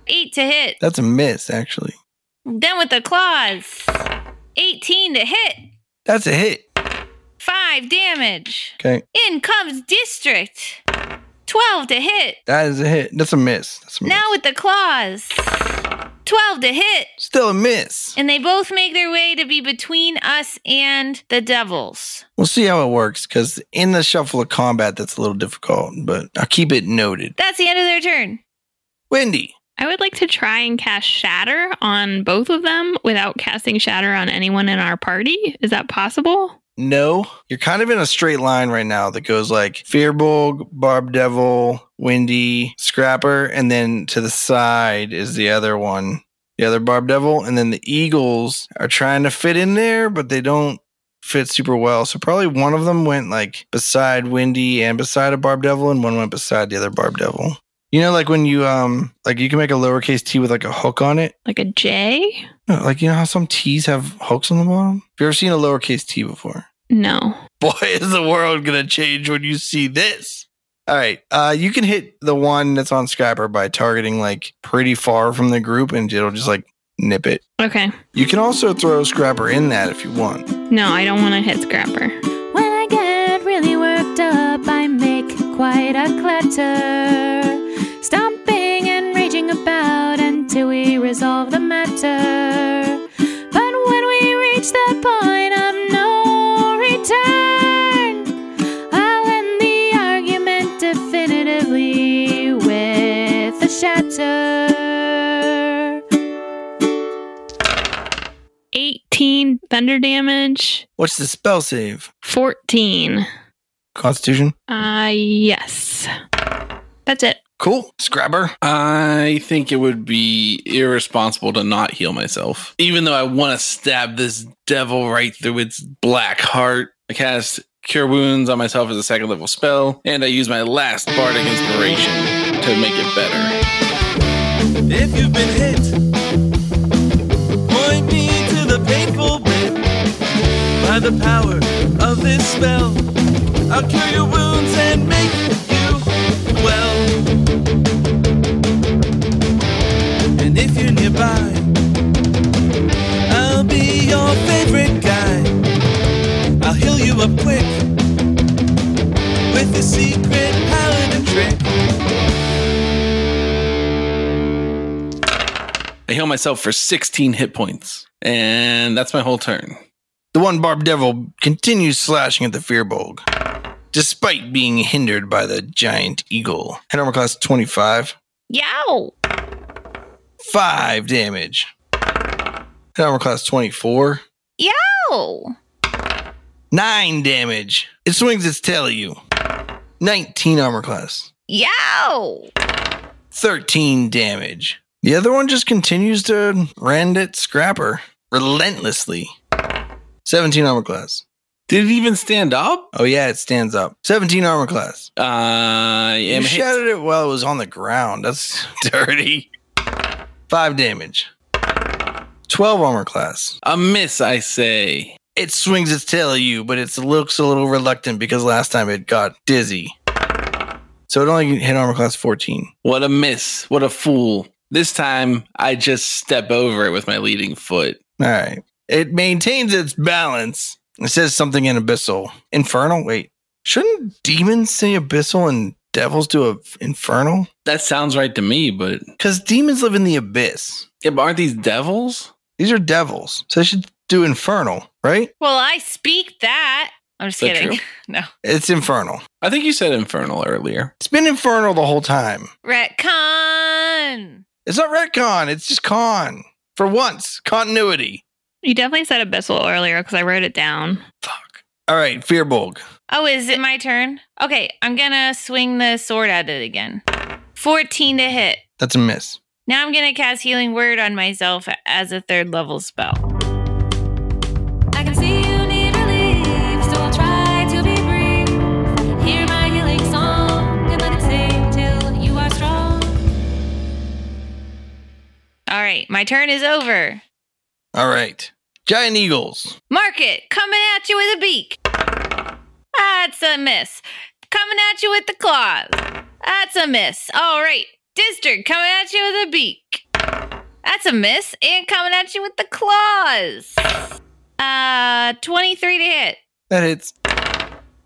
Eight to hit. That's a miss, actually. Then with the claws. 18 to hit. That's a hit. Five damage. Okay. In comes District. 12 to hit. That is a hit. That's a miss. That's a miss. Now with the claws. 12 to hit. Still a miss. And they both make their way to be between us and the devils. We'll see how it works because in the shuffle of combat, that's a little difficult, but I'll keep it noted. That's the end of their turn. Wendy, I would like to try and cast Shatter on both of them without casting Shatter on anyone in our party. Is that possible? no, you're kind of in a straight line right now that goes like Fearbolg, Barb Devil, Wendy, Scrapper, and then to the side is the other one, the other Barb Devil, and then the Eagles are trying to fit in there, but they don't fit super well. So probably one of them went like beside Wendy and beside a Barb Devil, and one went beside the other Barb Devil. You know, like when you um, like you can make a lowercase t with like a hook on it. Like a J? No, like you know how some T's have hooks on the bottom. Have you ever seen a lowercase T before? No. Boy, is the world gonna change when you see this. All right, uh, you can hit the one that's on Scrapper by targeting like pretty far from the group, and it'll just like nip it. Okay. You can also throw Scrapper in that if you want. No, I don't want to hit Scrapper. When I get really worked up, I make quite a clatter. Stomping and raging about until we resolve the matter. But when we reach that point of no return, I'll end the argument definitively with a shatter. 18 thunder damage, What's the spell save? 14. Constitution. Uh, yes. That's it. Cool. Scrabber. I think it would be irresponsible to not heal myself. Even though I want to stab this devil right through its black heart, I cast Cure Wounds on myself as a second level spell, and I use my last Bardic Inspiration to make it better. If you've been hit, point me to the painful bit. By the power of this spell, I'll cure your wounds and make you well. And if you're nearby, I'll be your favorite guy. I'll heal you up quick with a secret paladin trick. I heal myself for 16 hit points, and that's my whole turn. The one barb devil continues slashing at the fearbog, despite being hindered by the giant eagle. Head armor class 25. Yow! Five damage. Head armor class 24. Yow! Nine damage. It swings its tail at you. 19 armor class. Yow! 13 damage. The other one just continues to rend at Scrapper relentlessly. 17 armor class. Did it even stand up? Uh, Oh, yeah, it stands up. 17 armor class. I am you hit. shattered it while it was on the ground. That's dirty. Five damage. 12 armor class. A miss, I say. It swings its tail at you, but it looks a little reluctant because last time it got dizzy. So it only hit armor class 14. What a miss. What a fool. This time, I just step over it with my leading foot. All right. It maintains its balance. It says something in Abyssal. Infernal? Wait. Shouldn't demons say Abyssal and devils do a Infernal? That sounds right to me, but Because demons live in the Abyss. Yeah, but aren't these devils? These are devils. So they should do Infernal, right? Well, I speak that. I'm just Is that kidding. true? No. It's Infernal. I think you said infernal earlier. It's been Infernal the whole time. Retcon! It's not retcon. It's just con. For once, continuity. You definitely said abyssal earlier because I wrote it down. Fuck. All right, Fearbolg. Oh, is it my turn? Okay, I'm gonna swing the sword at it again. 14 to hit. That's a miss. Now I'm gonna cast Healing Word on myself as a third level spell. I can see you need relief, so I'll try to be brief. Hear my healing song and let it sing till you are strong. All right, my turn is over. All right. Giant Eagles. Mark it! Coming at you with a beak! That's a miss. Coming at you with the claws. That's a miss. All right. District coming at you with a beak. That's a miss. And coming at you with the claws. Uh, 23 to hit. That hits.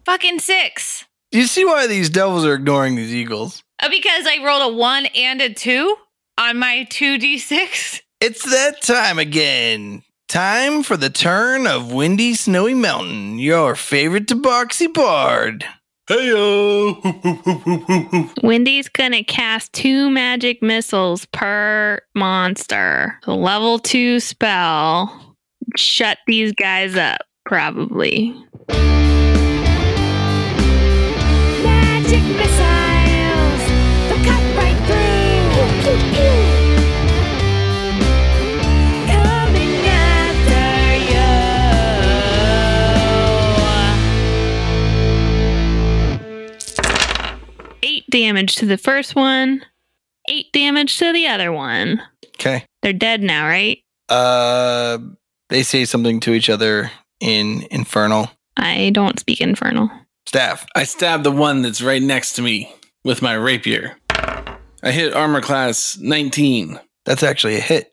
Fucking six. Do you see why these devils are ignoring these eagles? Uh, Because I rolled a one and a two on my 2d6. It's that time again. Time for the turn of Windy Snowy Mountain, your favorite Tabaxi bard. Hey Wendy's gonna cast two magic missiles per monster. The level two spell. Shut these guys up, probably. Magic missiles, they'll cut right through. Coming after you. Eight damage to the first one, eight damage to the other one. Okay. They're dead now, right? Uh, they say something to each other in Infernal. I don't speak infernal. Staff. I stab the one that's right next to me with my rapier. I hit armor class 19 That's actually a hit.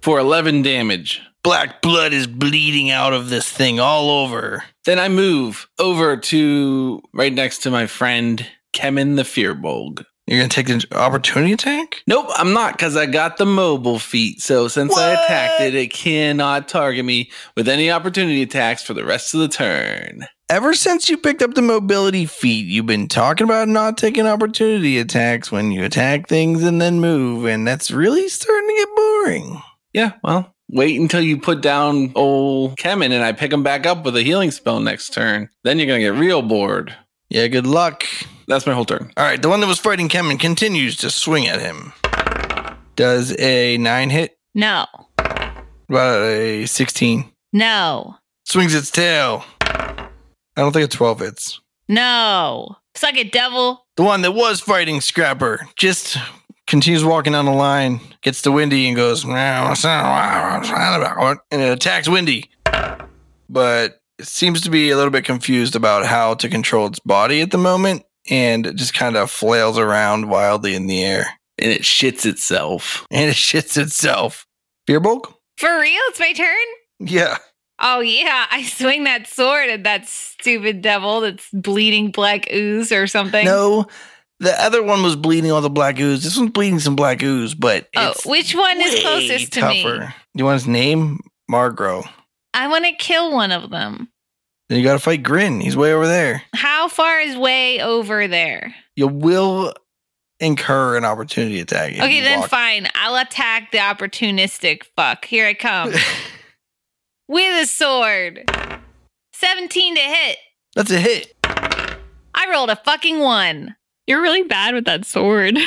for 11 damage. Black blood is bleeding out of this thing all over. Then I move over to right next to my friend Kemen the Fearbolg. You're gonna take an opportunity attack? Nope, I'm not because I got the mobile feat. So since I attacked What? it, it cannot target me with any opportunity attacks for the rest of the turn. Ever since you picked up the mobility feat, you've been talking about not taking opportunity attacks when you attack things and then move, and that's really starting to get boring. Yeah, well, Wait until you put down old Kemen and I pick him back up with a healing spell next turn. Then you're going to get real bored. Yeah, good luck. That's my whole turn. All right, the one that was fighting Kemen continues to swing at him. Does a nine hit? No. About a 16. No. Swings its tail. I don't think a 12 hits. No. Suck it, devil. The one that was fighting Scrapper just continues walking down the line, gets to Windy and goes, and it attacks Windy. But it seems to be a little bit confused about how to control its body at the moment and it just kind of flails around wildly in the air. And it shits itself. And it shits itself. Fearbulk? For real? It's my turn? Yeah. Oh, yeah. I swing that sword at that stupid devil that's bleeding black ooze or something. No, the other one was bleeding all the black ooze. This one's bleeding some black ooze, but Oh, it's which one is way closest to me? You want his name? Margro. I want to kill one of them. Then you got to fight Grin. He's way over there. How far is way over there? You will incur an opportunity attack. if okay, you then walk. fine. I'll attack the opportunistic fuck. Here I come. With a sword. 17 to hit. That's a hit. I rolled a fucking one. You're really bad with that sword.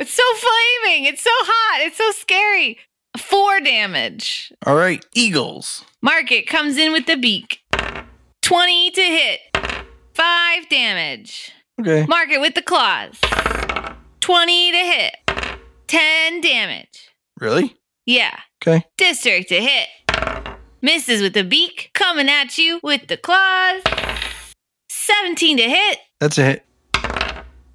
It's so flaming. It's so hot. It's so scary. Four damage. All right, Eagles. Market comes in with the beak. 20 to hit. Five damage. Okay. Market with the claws. 20 to hit. 10 damage. Really? Yeah. Okay. District to hit. Misses with the beak. Coming at you with the claws. 17 to hit. That's a hit.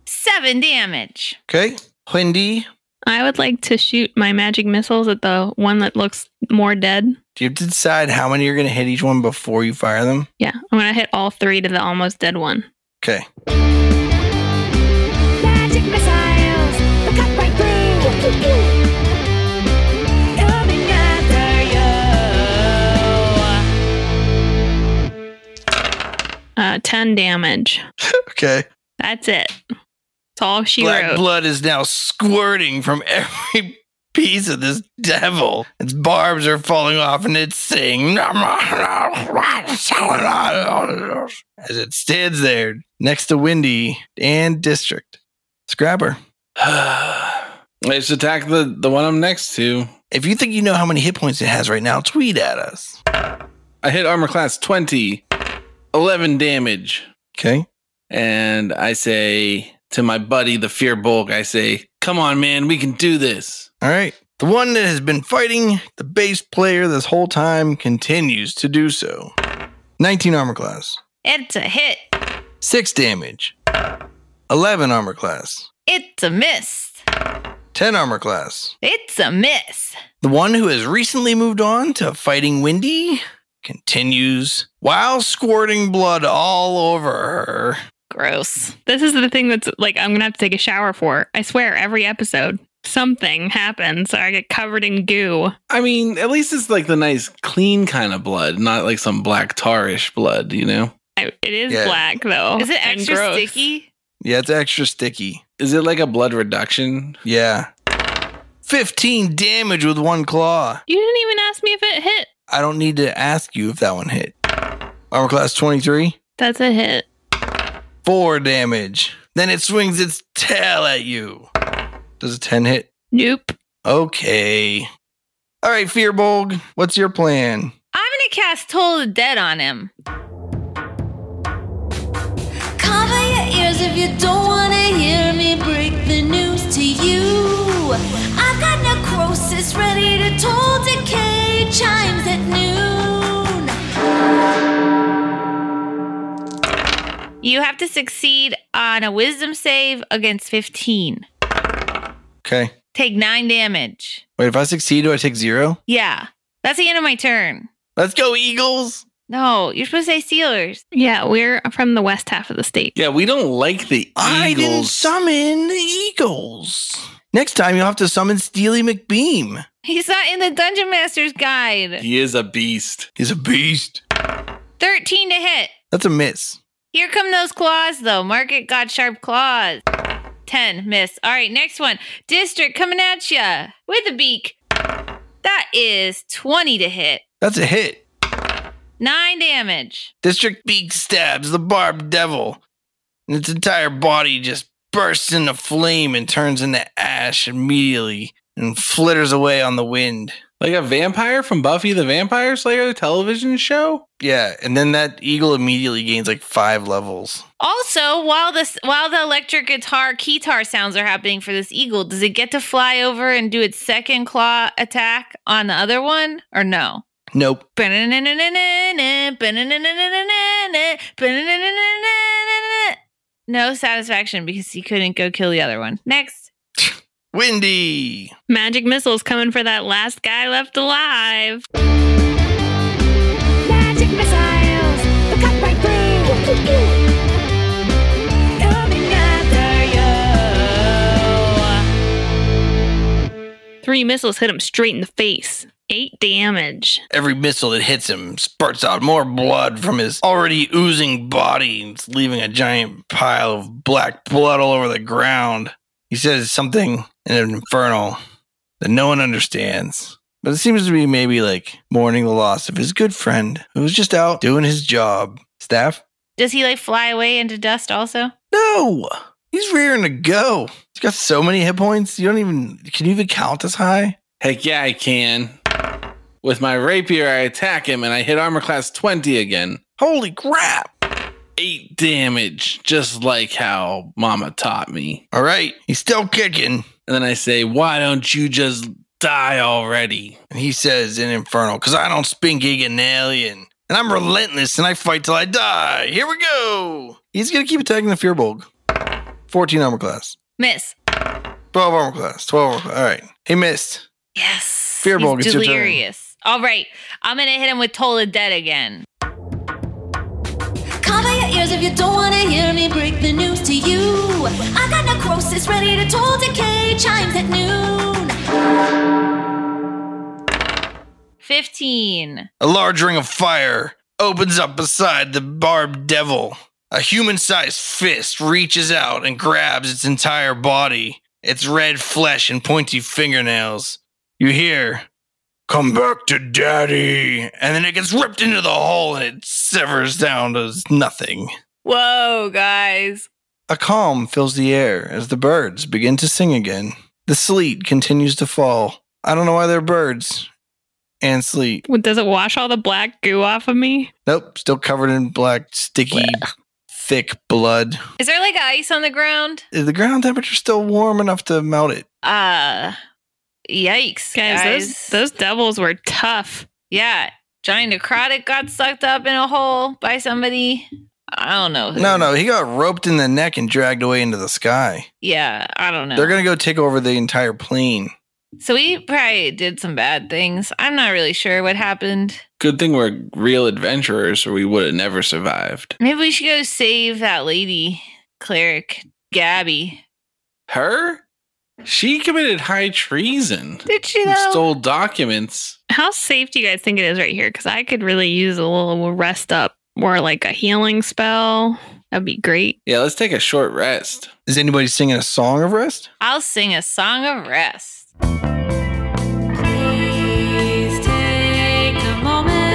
Seven damage. Okay. Wendy, I would like to shoot my magic missiles at the one that looks more dead. do you have to decide how many you're going to hit each one before you fire them? Yeah, I'm gonna hit all three to the almost dead one. Okay. Magic missiles that cut right through. Coming after you. Uh, ten damage. Okay. That's it. That's all she Black wrote. blood is now squirting from every piece of this devil. Its barbs are falling off and it's saying, as it stands there next to Windy and District. Scrabber, Let's attack the, the one I'm next to. if you think you know how many hit points it has right now, tweet at us. I hit armor class 20, 11 damage. Okay. And I say to my buddy, the Fear Bulk, I say, Come on, man, we can do this. All right. The one that has been fighting the bass player this whole time continues to do so. 19 armor class, It's a hit. 6 damage, 11 armor class, It's a miss. 10 armor class. It's a miss. The one who has recently moved on to fighting Windy continues while squirting blood all over her. Gross. This is the thing that's like I'm gonna have to take a shower for. I swear, every episode something happens. I get covered in goo. I mean, at least it's like the nice, clean kind of blood, not like some black tarish blood, you know? I, it is Yeah. black though. Is it and extra gross. sticky? Yeah, it's extra sticky. Is it like a blood reduction? Yeah. 15 damage with one claw. You didn't even ask me if it hit. I don't need to ask you if that one hit. Armor class 23, That's a hit. 4 damage. Then it swings its tail at you. Does a 10 hit? Nope. Okay. All right, Fearbolg, what's your plan? I'm gonna cast Toll the Dead on him. Cover your ears if you don't wanna hear me break the news to you. I've got necrosis ready to toll decay chimes at noon. You have to succeed on a wisdom save against 15. Okay. Take nine damage. Wait, if I succeed, do I take 0? Yeah. That's the end of my turn. Let's go, Eagles! No, you're supposed to say Steelers. Yeah, we're from the west half of the state. Yeah, we don't like the I didn't Eagles. summon the Eagles. Next time you'll have to summon Steely McBeam. He's not in the Dungeon Master's Guide. He is a beast. He's a beast. 13 to hit. That's a miss. Here come those claws, though. Market got sharp claws. 10, miss. All right, next one. District coming at ya with a beak. That is 20 to hit. That's a hit. Nine damage. District Beak stabs the barbed devil, and its entire body just bursts into flame and turns into ash immediately and flitters away on the wind. Like a vampire from Buffy the Vampire Slayer, the television show? Yeah, and then that eagle immediately gains like five levels. Also, while this while the electric guitar keytar sounds are happening for this eagle, does it get to fly over and do its second claw attack on the other one or no? Nope. No satisfaction because he couldn't go kill the other one. Next. Windy. Magic missiles coming for that last guy left alive. Magic missiles, they'll cut right through. Coming after Three missiles hit him straight in the face. Eight damage. Every missile that hits him spurts out more blood from his already oozing body, and it's leaving a giant pile of black blood all over the ground. He says something in an infernal that no one understands, but it seems to be maybe like mourning the loss of his good friend who was just out doing his job. Staff? Does he like fly away into dust also? No, he's rearing to go. He's got so many hit points. You don't even can you even count this high? Heck yeah, I can. With my rapier, I attack him and I hit armor class 20 again. Holy crap! Eight damage, just like how Mama taught me. All right, he's still kicking. And then I say, Why don't you just die already? And he says in Inferno, because I don't spink egg an alien. And I'm relentless and I fight till I die. Here we go. He's going to keep attacking the Fearbolg. 14 armor class, Miss. 12 armor class, 12 armor class. All right. He missed. Yes. Fearball, He's it's your turn. delirious. All right. I'm going to hit him with Toll of Dead again. you. Cover your ears if you don't want to hear me break the news to you. I got necrosis ready to toll decay chimes at noon. 15. A large ring of fire opens up beside the barbed devil. A human sized fist reaches out and grabs its entire body, its red flesh and pointy fingernails. You hear, Come back to daddy! And then it gets ripped into the hole and it severs down to nothing. Whoa, guys. A calm fills the air as the birds begin to sing again. The sleet continues to fall. I don't know why they're birds and sleet. What, Does it wash all the black goo off of me? Nope, still covered in black, sticky, thick blood. Is there like ice on the ground? Is the ground temperature still warm enough to melt it? Uh, yikes, Guys, Those, guys. those devils were tough. yeah. Johnny Necrotic got sucked up in a hole by somebody. I don't know. who. No, no, he got roped in the neck and dragged away into the sky. Yeah, I don't know. They're gonna go take over the entire plane. so we probably did some bad things. I'm not really sure what happened. Good thing we're real adventurers, or we would have never survived. Maybe we should go save that lady cleric, Gabby. Her? She committed high treason. Did she and though? Stole documents. How safe do you guys think it is right here? Because I could really use a little rest up or like a healing spell. That'd be great. Yeah, let's take a short rest. Is anybody singing a song of rest? I'll sing a song of rest. Please take a moment.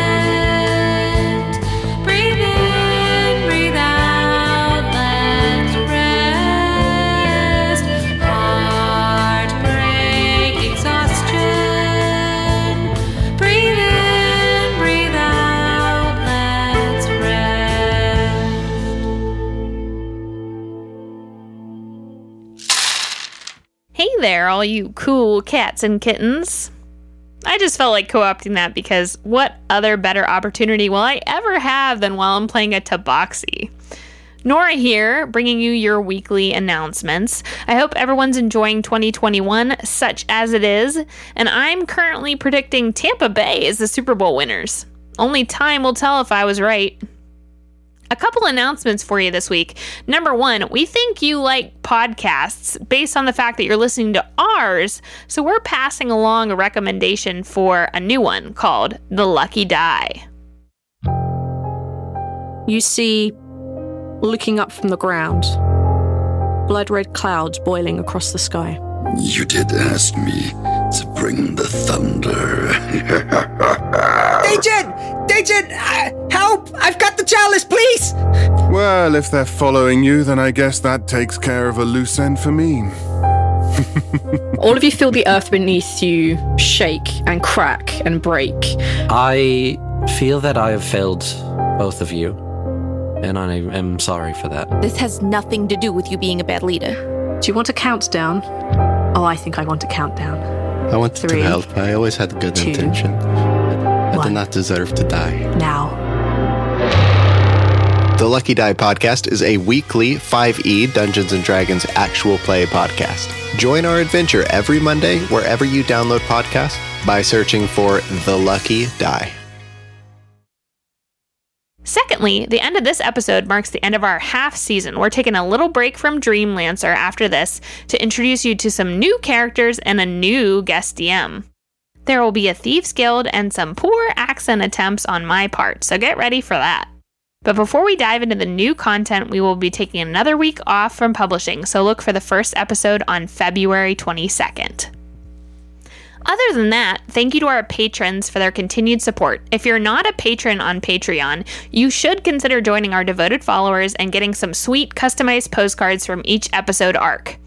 Breathe in, breathe out. Let's rest. Heartbreak, exhaustion. Breathe in, breathe out. Let's rest. Hey there, all you cool cats and kittens. I just felt like co opting that because what other better opportunity will I ever have than while I'm playing a Tabaxi? Nora here, bringing you your weekly announcements. I hope everyone's enjoying 2021, such as it is, and I'm currently predicting Tampa Bay is the Super Bowl winners. Only time will tell if I was right. A couple announcements for you this week. Number one, we think you like podcasts based on the fact that you're listening to ours. So we're passing along a recommendation for a new one called The Lucky Die. You see, looking up from the ground, blood red clouds boiling across the sky. You did ask me to Bring the thunder. Dajin! Dajin! Uh, help! I've got the chalice, please! Well, if they're following you, then I guess that takes care of a loose end for me. All of you feel the earth beneath you shake and crack and break. I feel that I have failed both of you, and I am sorry for that. This has nothing to do with you being a bad leader. Do you want a countdown? Oh, I think I want a countdown. I wanted Three, to help. I always had good two, intention. I one. did not deserve to die. Now. The Lucky Die podcast is a weekly 5e Dungeons and Dragons actual play podcast. Join our adventure every Monday wherever you download podcasts by searching for The Lucky Die. Secondly, the end of this episode marks the end of our half season. We're taking a little break from Dreamlancer after this to introduce you to some new characters and a new guest DM. There will be a Thieves Guild and some poor accent attempts on my part, so get ready for that. But before we dive into the new content, we will be taking another week off from publishing, so look for the first episode on February 22nd. Other than that, thank you to our patrons for their continued support. If you're not a patron on Patreon, you should consider joining our devoted followers and getting some sweet customized postcards from each episode arc.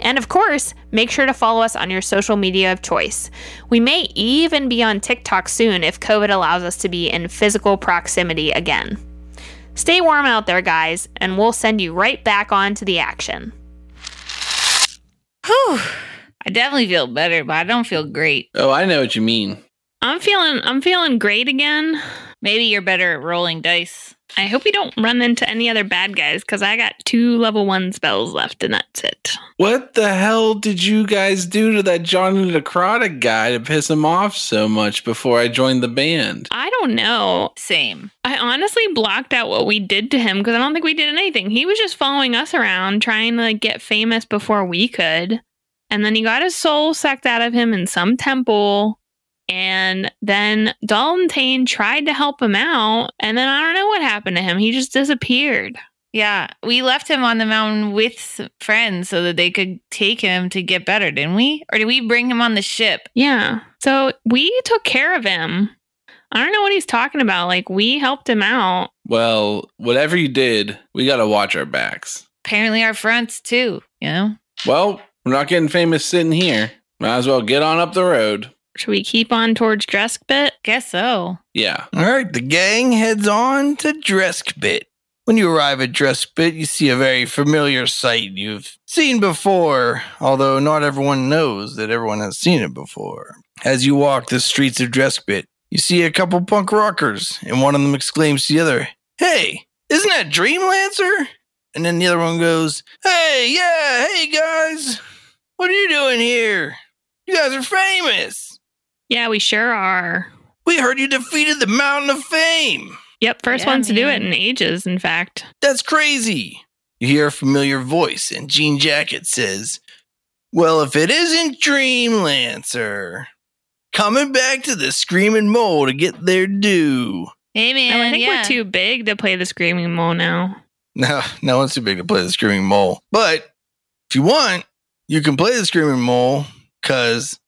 And of course, make sure to follow us on your social media of choice. We may even be on TikTok soon if COVID allows us to be in physical proximity again. Stay warm out there, guys, and we'll send you right back on to the action. Whew. I definitely feel better, but I don't feel great. Oh, I know what you mean. I'm feeling I'm feeling great again. Maybe you're better at rolling dice. I hope we don't run into any other bad guys because I got two level one spells left and that's it. What the hell did you guys do to that Johnny Necrotic guy to piss him off so much before I joined the band? I don't know. Same. I honestly blocked out what we did to him because I don't think we did anything. He was just following us around trying to get famous before we could. And then he got his soul sucked out of him in some temple. And then Dalton Tane tried to help him out. And then I don't know what happened to him. He just disappeared. Yeah, we left him on the mountain with s- friends so that they could take him to get better, didn't we? Or did we bring him on the ship? Yeah. So we took care of him. I don't know what he's talking about. Like, we helped him out. Well, whatever you did, we gotta watch our backs. Apparently, our fronts too. You know, Well, we're not getting famous sitting here. Might as well get on up the road. Should we keep on towards Dreskbit? guess so. Yeah. All right, the gang heads on to Dreskbit. When you arrive at Dreskbit, you see a very familiar sight you've seen before, although not everyone knows that everyone has seen it before. As you walk the streets of Dreskbit, you see a couple punk rockers, and one of them exclaims to the other, Hey, isn't that Dreamlancer? And then the other one goes, Hey, yeah, hey guys, what are you doing here? You guys are famous. Yeah, we sure are. We heard you defeated the Mountain of Fame. Yep, first Yeah, ones to do it man. in ages, in fact. That's crazy. You hear a familiar voice, and Jean Jacket says, Well, if it isn't Dreamlancer, coming back to the Screaming Mole to get their due. Hey man, No, Oh, I think yeah. we're too big to play the Screaming Mole now. No, no one's too big to play the Screaming Mole. But if you want, you can play the Screaming Mole because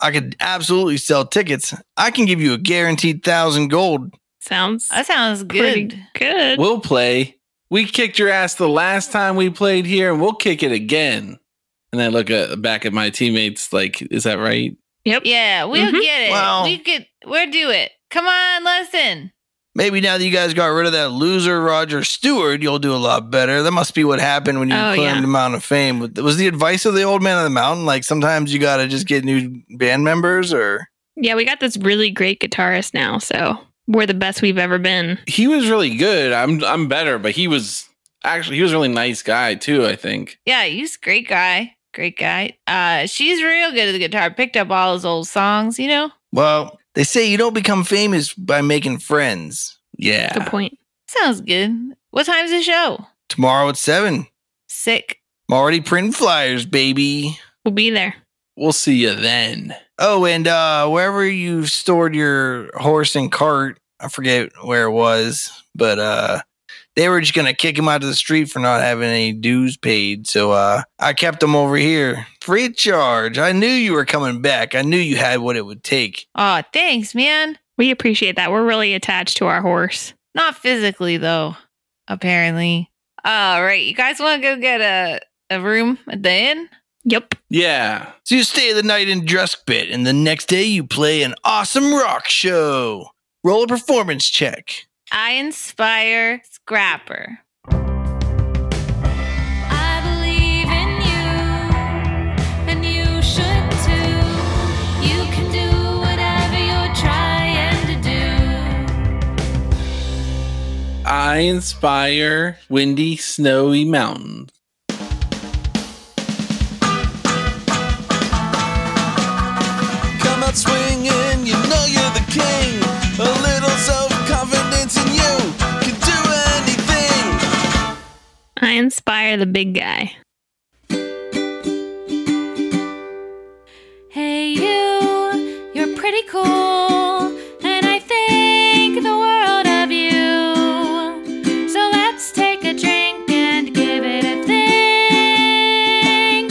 I could absolutely sell tickets. I can give you a guaranteed thousand gold. Sounds That sounds pretty good. good. We'll play. We kicked your ass the last time we played here, and we'll kick it again. And I look at, back at my teammates, like, is that right? Yep. Yeah, we'll Mhm. get it. Wow. We could. We'll do it. Come on, listen. Maybe now that you guys got rid of that loser Roger Stewart, you'll do a lot better. That must be what happened when you Oh, climbed yeah. the Mountain of Fame. Was the advice of the old man of the mountain like sometimes you got to just get new band members or? Yeah, we got this really great guitarist now, so we're the best we've ever been. He was really good. I'm I'm better, but he was actually he was a really nice guy too, I think. Yeah, he's a great guy. Great guy. Uh, she's real good at the guitar. Picked up all his old songs. You know, Well, they say you don't become famous by making friends. Yeah. Good point. sounds good. What time's the show? Tomorrow at seven. Sick. I'm already printing flyers, baby. We'll be there. We'll see you then. Oh, and uh, wherever you stored your horse and cart, I forget where it was, but uh, They were just gonna kick him out of the street for not having any dues paid, so uh, I kept him over here free of charge. I knew you were coming back. I knew you had what it would take. Aw, thanks, man. We appreciate that. We're really attached to our horse. Not physically though, apparently. All right, you guys want to go get a a room at the inn? Yep. Yeah. So you stay the night in Druskbit, and the next day you play an awesome rock show. Roll a performance check. I inspire Scrapper. I believe in you, and you should too. You can do whatever you're trying to do. I inspire windy, snowy mountains. Come out swinging, you know you're the king. A little self confidence in you can do anything. I inspire the big guy. Hey, you, you're pretty cool, and I think the world of you. So let's take a drink and give it a thing.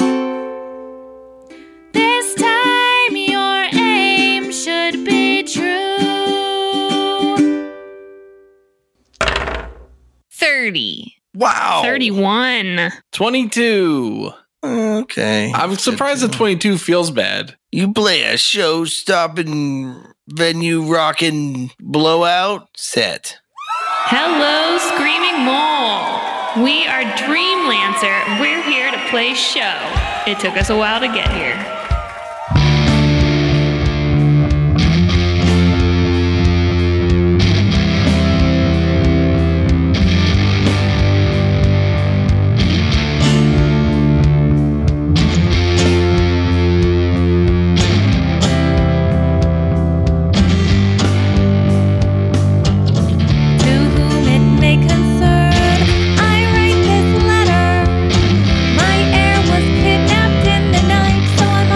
This time, your aim should be true. 30. Wow. 31. 22. Okay. I'm surprised that 22 feels bad. You play a show stopping, venue rocking blowout set. Hello, Screaming Mole. We are Dreamlancer. We're here to play show. It took us a while to get here. To whom it may concern, I write this letter. My heir was kidnapped in the night, so I'm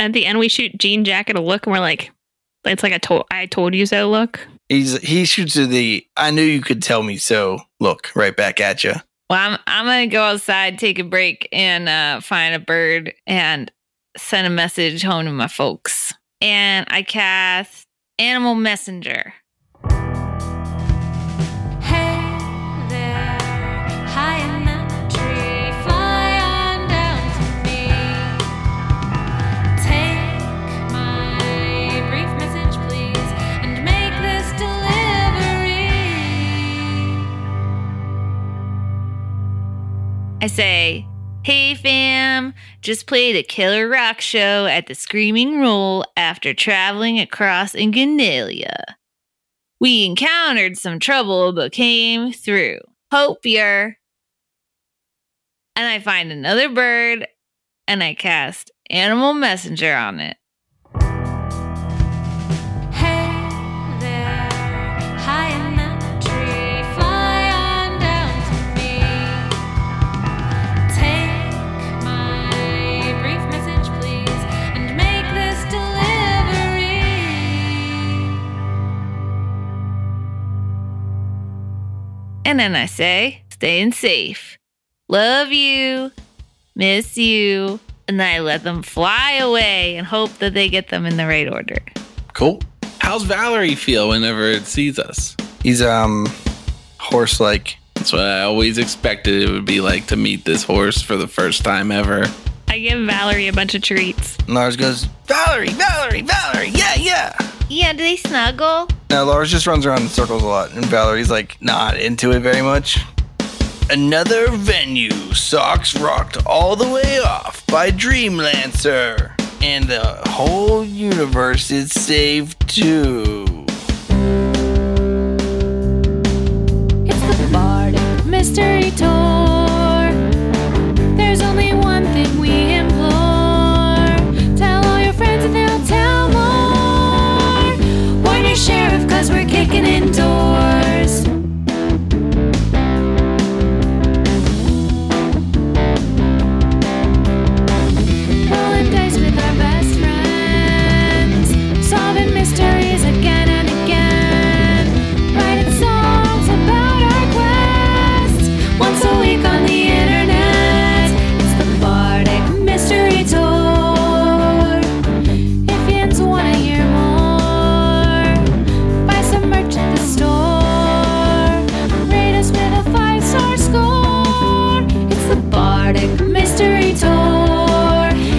at the end we shoot Jean Jacket a look, and we're like, it's like a to- I told you so look. He's he shoots you the I knew you could tell me so look right back at you. Well, I'm I'm gonna go outside, take a break, and uh, find a bird and send a message home to my folks. And I cast Animal Messenger. High in that tree, fly on down to me. Take my brief message, please, and make this delivery. I say, Hey fam, just played a killer rock show at the Screaming Roll after traveling across Inganalia. We encountered some trouble but came through. Hope you're. And I find another bird and I cast Animal Messenger on it. High in that tree, fly on down to me. Take my brief message, please, and make this delivery. And then I say, staying safe. Love you. Miss you. And then I let them fly away and hope that they get them in the right order. Cool. How's Valerie feel whenever it sees us? He's um horse like. That's what I always expected it would be like to meet this horse for the first time ever. I give Valerie a bunch of treats. Lars goes, Valerie, Valerie, Valerie, yeah, yeah. Yeah, do they snuggle? Now Lars just runs around in circles a lot, and Valerie's like not into it very much. Another venue, socks rocked all the way off by Dreamlancer, and the whole universe is saved too. It's the Bardic Mystery Tour. There's only one thing we implore. Tell all your friends and they'll tell more. Warn your sheriff, cause we're kicking in doors. Rolling dice with our best friends. Solving mysteries again and again. Writing songs about our quest. Once a week on the internet. It's the Bardic Mystery Tour. If yins want to hear more, buy some merch at the store. Rate us with a five star score. It's the Bardic Mystery Tour.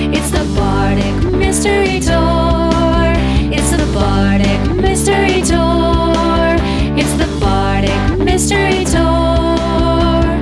It's the Bardic Mystery Tour. It's the Bardic Mystery Tour. It's the Bardic Mystery Tour.